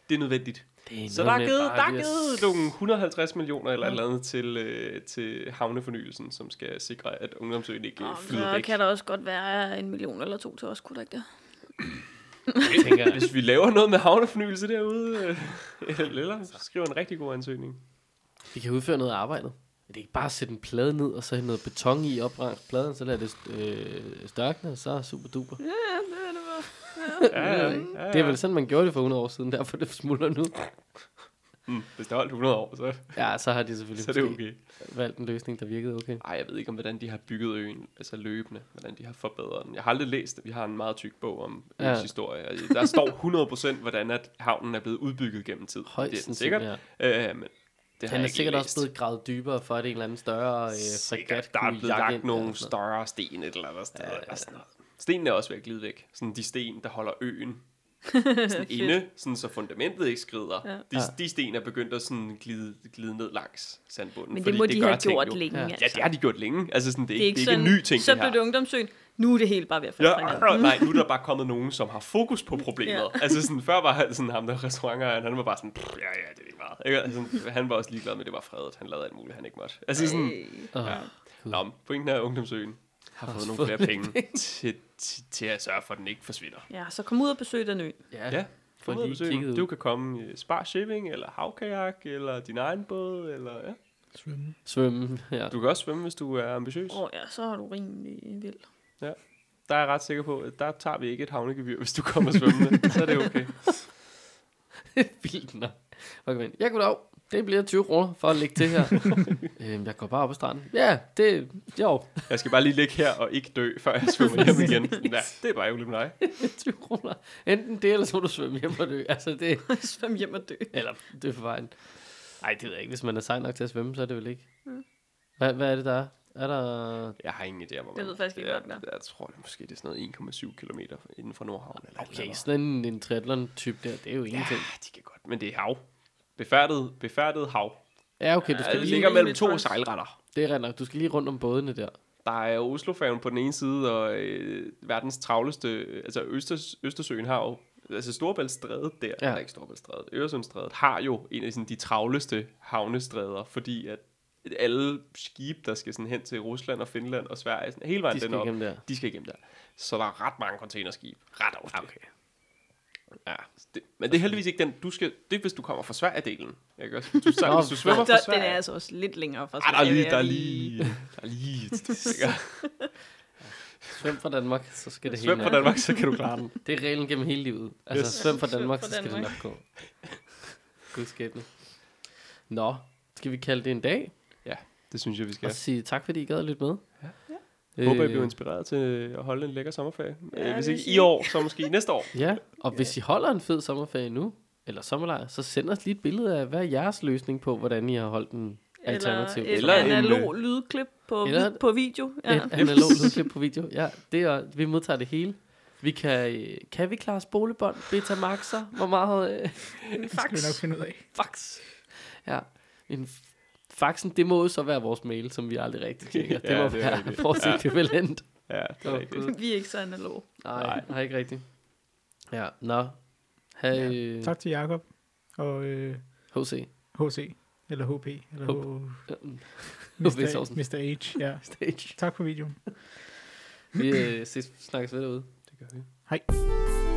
det er nødvendigt.
Det er
Så der
noget
er
med
givet,
bare
der er
lige at
givet nogle 150 millioner eller et eller andet til, øh, til havnefornyelsen, som skal sikre, at ungdomsøen ikke
Nå,
oh,
men
flyder
så
væk.
kan der også godt være en million eller to til os, kunne der ikke det?
Jeg tænker, hvis
Hvis vi laver noget med havnefornyelse derude, øh, eller skriver en rigtig god ansøgning.
vi kan udføre noget af arbejdet. Det er ikke bare at sætte en plade ned, og så hælde noget beton i oprangs pladen, så lader det øh, størkne, og så er super duper. Ja,
Ja, ja, ja.
Det er vel sådan, man gjorde det for 100 år siden, derfor det smuldrer nu.
Mm, hvis det holdt 100 år, så,
Ja, så har de selvfølgelig
så er det
måske
okay.
valgt en løsning, der virkede okay.
Ej, jeg ved ikke om, hvordan de har bygget øen, altså løbende, hvordan de har forbedret den. Jeg har aldrig læst det. Vi har en meget tyk bog om
Ja.
øens historie. og Der står 100% hvordan at havnen er blevet udbygget gennem tid.
Højst
det er den
sandsynligt,
sikkert. Ja. Øh, men det har
Den
jeg
er
ikke
sikkert
læst.
også blevet gravet dybere for, at en eller anden større øh, fregat
der er
kunne
blevet
jakke
lagt
ind
nogle
eller sådan noget.
større sten et eller andet sted. Ja, ja. Stenene er også ved at glide væk. Sådan de sten, der holder øen sådan inde, sådan så fundamentet ikke skrider. Ja. De, de sten er begyndt at sådan glide, glide ned langs sandbunden.
Men det
fordi
må de
gør
have
ting
gjort
jo.
længe,
Ja. ja,
altså.
det har de gjort længe. Altså sådan, det, er
Det er ikke,
det er
sådan,
ikke en ny ting,
så
det her.
blev det ungdomsøen. Nu er det helt bare ved at falde fra hinanden.
Ja, nej, nu er der bare kommet nogen, som har fokus på problemet.
Ja.
Ja. Altså sådan, før var han sådan ham der restauranteren, han var bare sådan, "Pff, ja, ja, det er ikke meget. Ikke? Altså, sådan, han var også ligeglad med, at det var fredet. Han lavede alt muligt, han ikke måtte. Altså sådan,
Åh. Mm.
Nå, men pointen er, at Ungdomsøen har fået nogle flere penge til, til, til at sørge for, at den ikke forsvinder.
Ja, så kom ud og besøg den ø.
Ja,
for
for
lige
lige
kigget ud.
Du kan komme i Spar Shipping, eller Havkajak, eller din egen båd, eller ja.
Svømme.
Svømme, ja.
Du kan også svømme, hvis du er ambitiøs.
Åh oh, ja, så er du rimelig vild.
Der er jeg ret sikker på, at der tager vi ikke et havnegebyr, hvis du kommer svømmende. så er det okay.
Vildt nok. Okay, men jeg kunne dog. Det bliver 20 kroner for at lægge til her. øhm, jeg går bare op på stranden. Ja, det, jo,
Jeg skal bare lige ligge her og ikke dø, før jeg svømmer hjem igen. Sådan der. det er bare jo lidt mig.
20 kroner. Enten det, eller så må du svømme hjem og dø. Altså det,
Svøm hjem og dø.
eller det er for vejen. Nej, det ved jeg ikke. Hvis man er sej nok til at svømme, så er det vel ikke.
Mm.
Hvad, hvad er det, der er? Er der...
Jeg har ingen idé om, hvor
Jeg ved faktisk ikke,
det er,
hvad det
Jeg tror, det er måske det er sådan noget 1,7 km inden for Nordhavn. Eller et eller
Okay,
andet.
sådan en, en triathlon-type der, det er jo ingenting.
Ja, de kan godt men det er hav. Befærdet, befærdet hav.
Ja, okay, du
Ja,
skal
det
lige...
ligger mellem
lidt
to
træls.
sejlretter.
Det er ret nok. Du skal lige rundt om bådene der.
Der er Oslofærgen på den ene side, og øh, verdens travleste... Altså Østers, Østersøen har jo... Altså Storbæltstrædet der, ja. eller ikke Storbæltstrædet, Øresundsstrædet, har jo en af sådan, de travleste havnestræder, fordi at alle skibe, der skal sådan hen til Rusland og Finland og Sverige, sådan, hele vejen
De skal
den op,
igennem der.
de skal igennem der. Så der er ret mange containerskibe. Ret ofte. Okay. Ja, så det, men det er heldigvis ikke den, du skal... Det er, hvis du kommer fra Sverige-delen. Jeg kan også, hvis du, så,
Nå,
hvis du svømmer fra
Der,
Sverige...
den er altså også lidt længere fra
Ej, der er
Sverige,
lige,
vil
der er
jeg
lige, der er lige,
Svøm fra Danmark, så skal det
Svøm
hele
fra
nok.
Danmark, så kan du klare den.
Det er reglen gennem hele livet. Altså,
Yes.
yes. svøm fra
Svøm
Danmark,
fra
så skal det
Danmark.
nok gå. Gud skæbne. Nå, skal vi kalde det en dag?
Det synes jeg, vi
Ja.
skal.
Og sige tak, fordi I gad at lytte med. Øh,
Jeg håber, I bliver inspireret til at holde en lækker sommerferie.
øh, Ja,
Ja, Hvis
det
ikke
vil
i
sige.
år, så måske næste år.
Ja, og hvis I holder en fed sommerferie nu, eller sommerlejr, så send os lige et billede af, hvad er jeres løsning på, hvordan I har holdt en alternativ.
Eller,
Eller
eller
en,
et
øh,
analog lydklip på,
eller
vid- på video. Ja.
ja. et analog lydklip på video. Ja, det er, vi modtager det hele. Vi kan, øh, kan vi klare spolebånd, betamaxer, hvor meget øh,
En
Det skal vi nok
fax.
finde ud af.
fax? Ja, en f- faxen, det må jo så være vores mail, som vi aldrig rigtig tjekker. Det
Ja,
må
det er
være
rigtigt.
forsigtigt vel endt.
Ja, det er
Åh,
rigtigt.
Gud.
Vi er ikke så analog.
Nej, nej, ikke rigtigt. Ja, nå. Hej, øh,
Tak til Jakob og øh,
HC.
HC, eller HP, eller H...
HB
Mr.
Sovsen.
Mr. H, ja.
Stage.
Tak for videoen.
Vi øh, ses, snakkes ved derude.
Det gør vi.
Hej.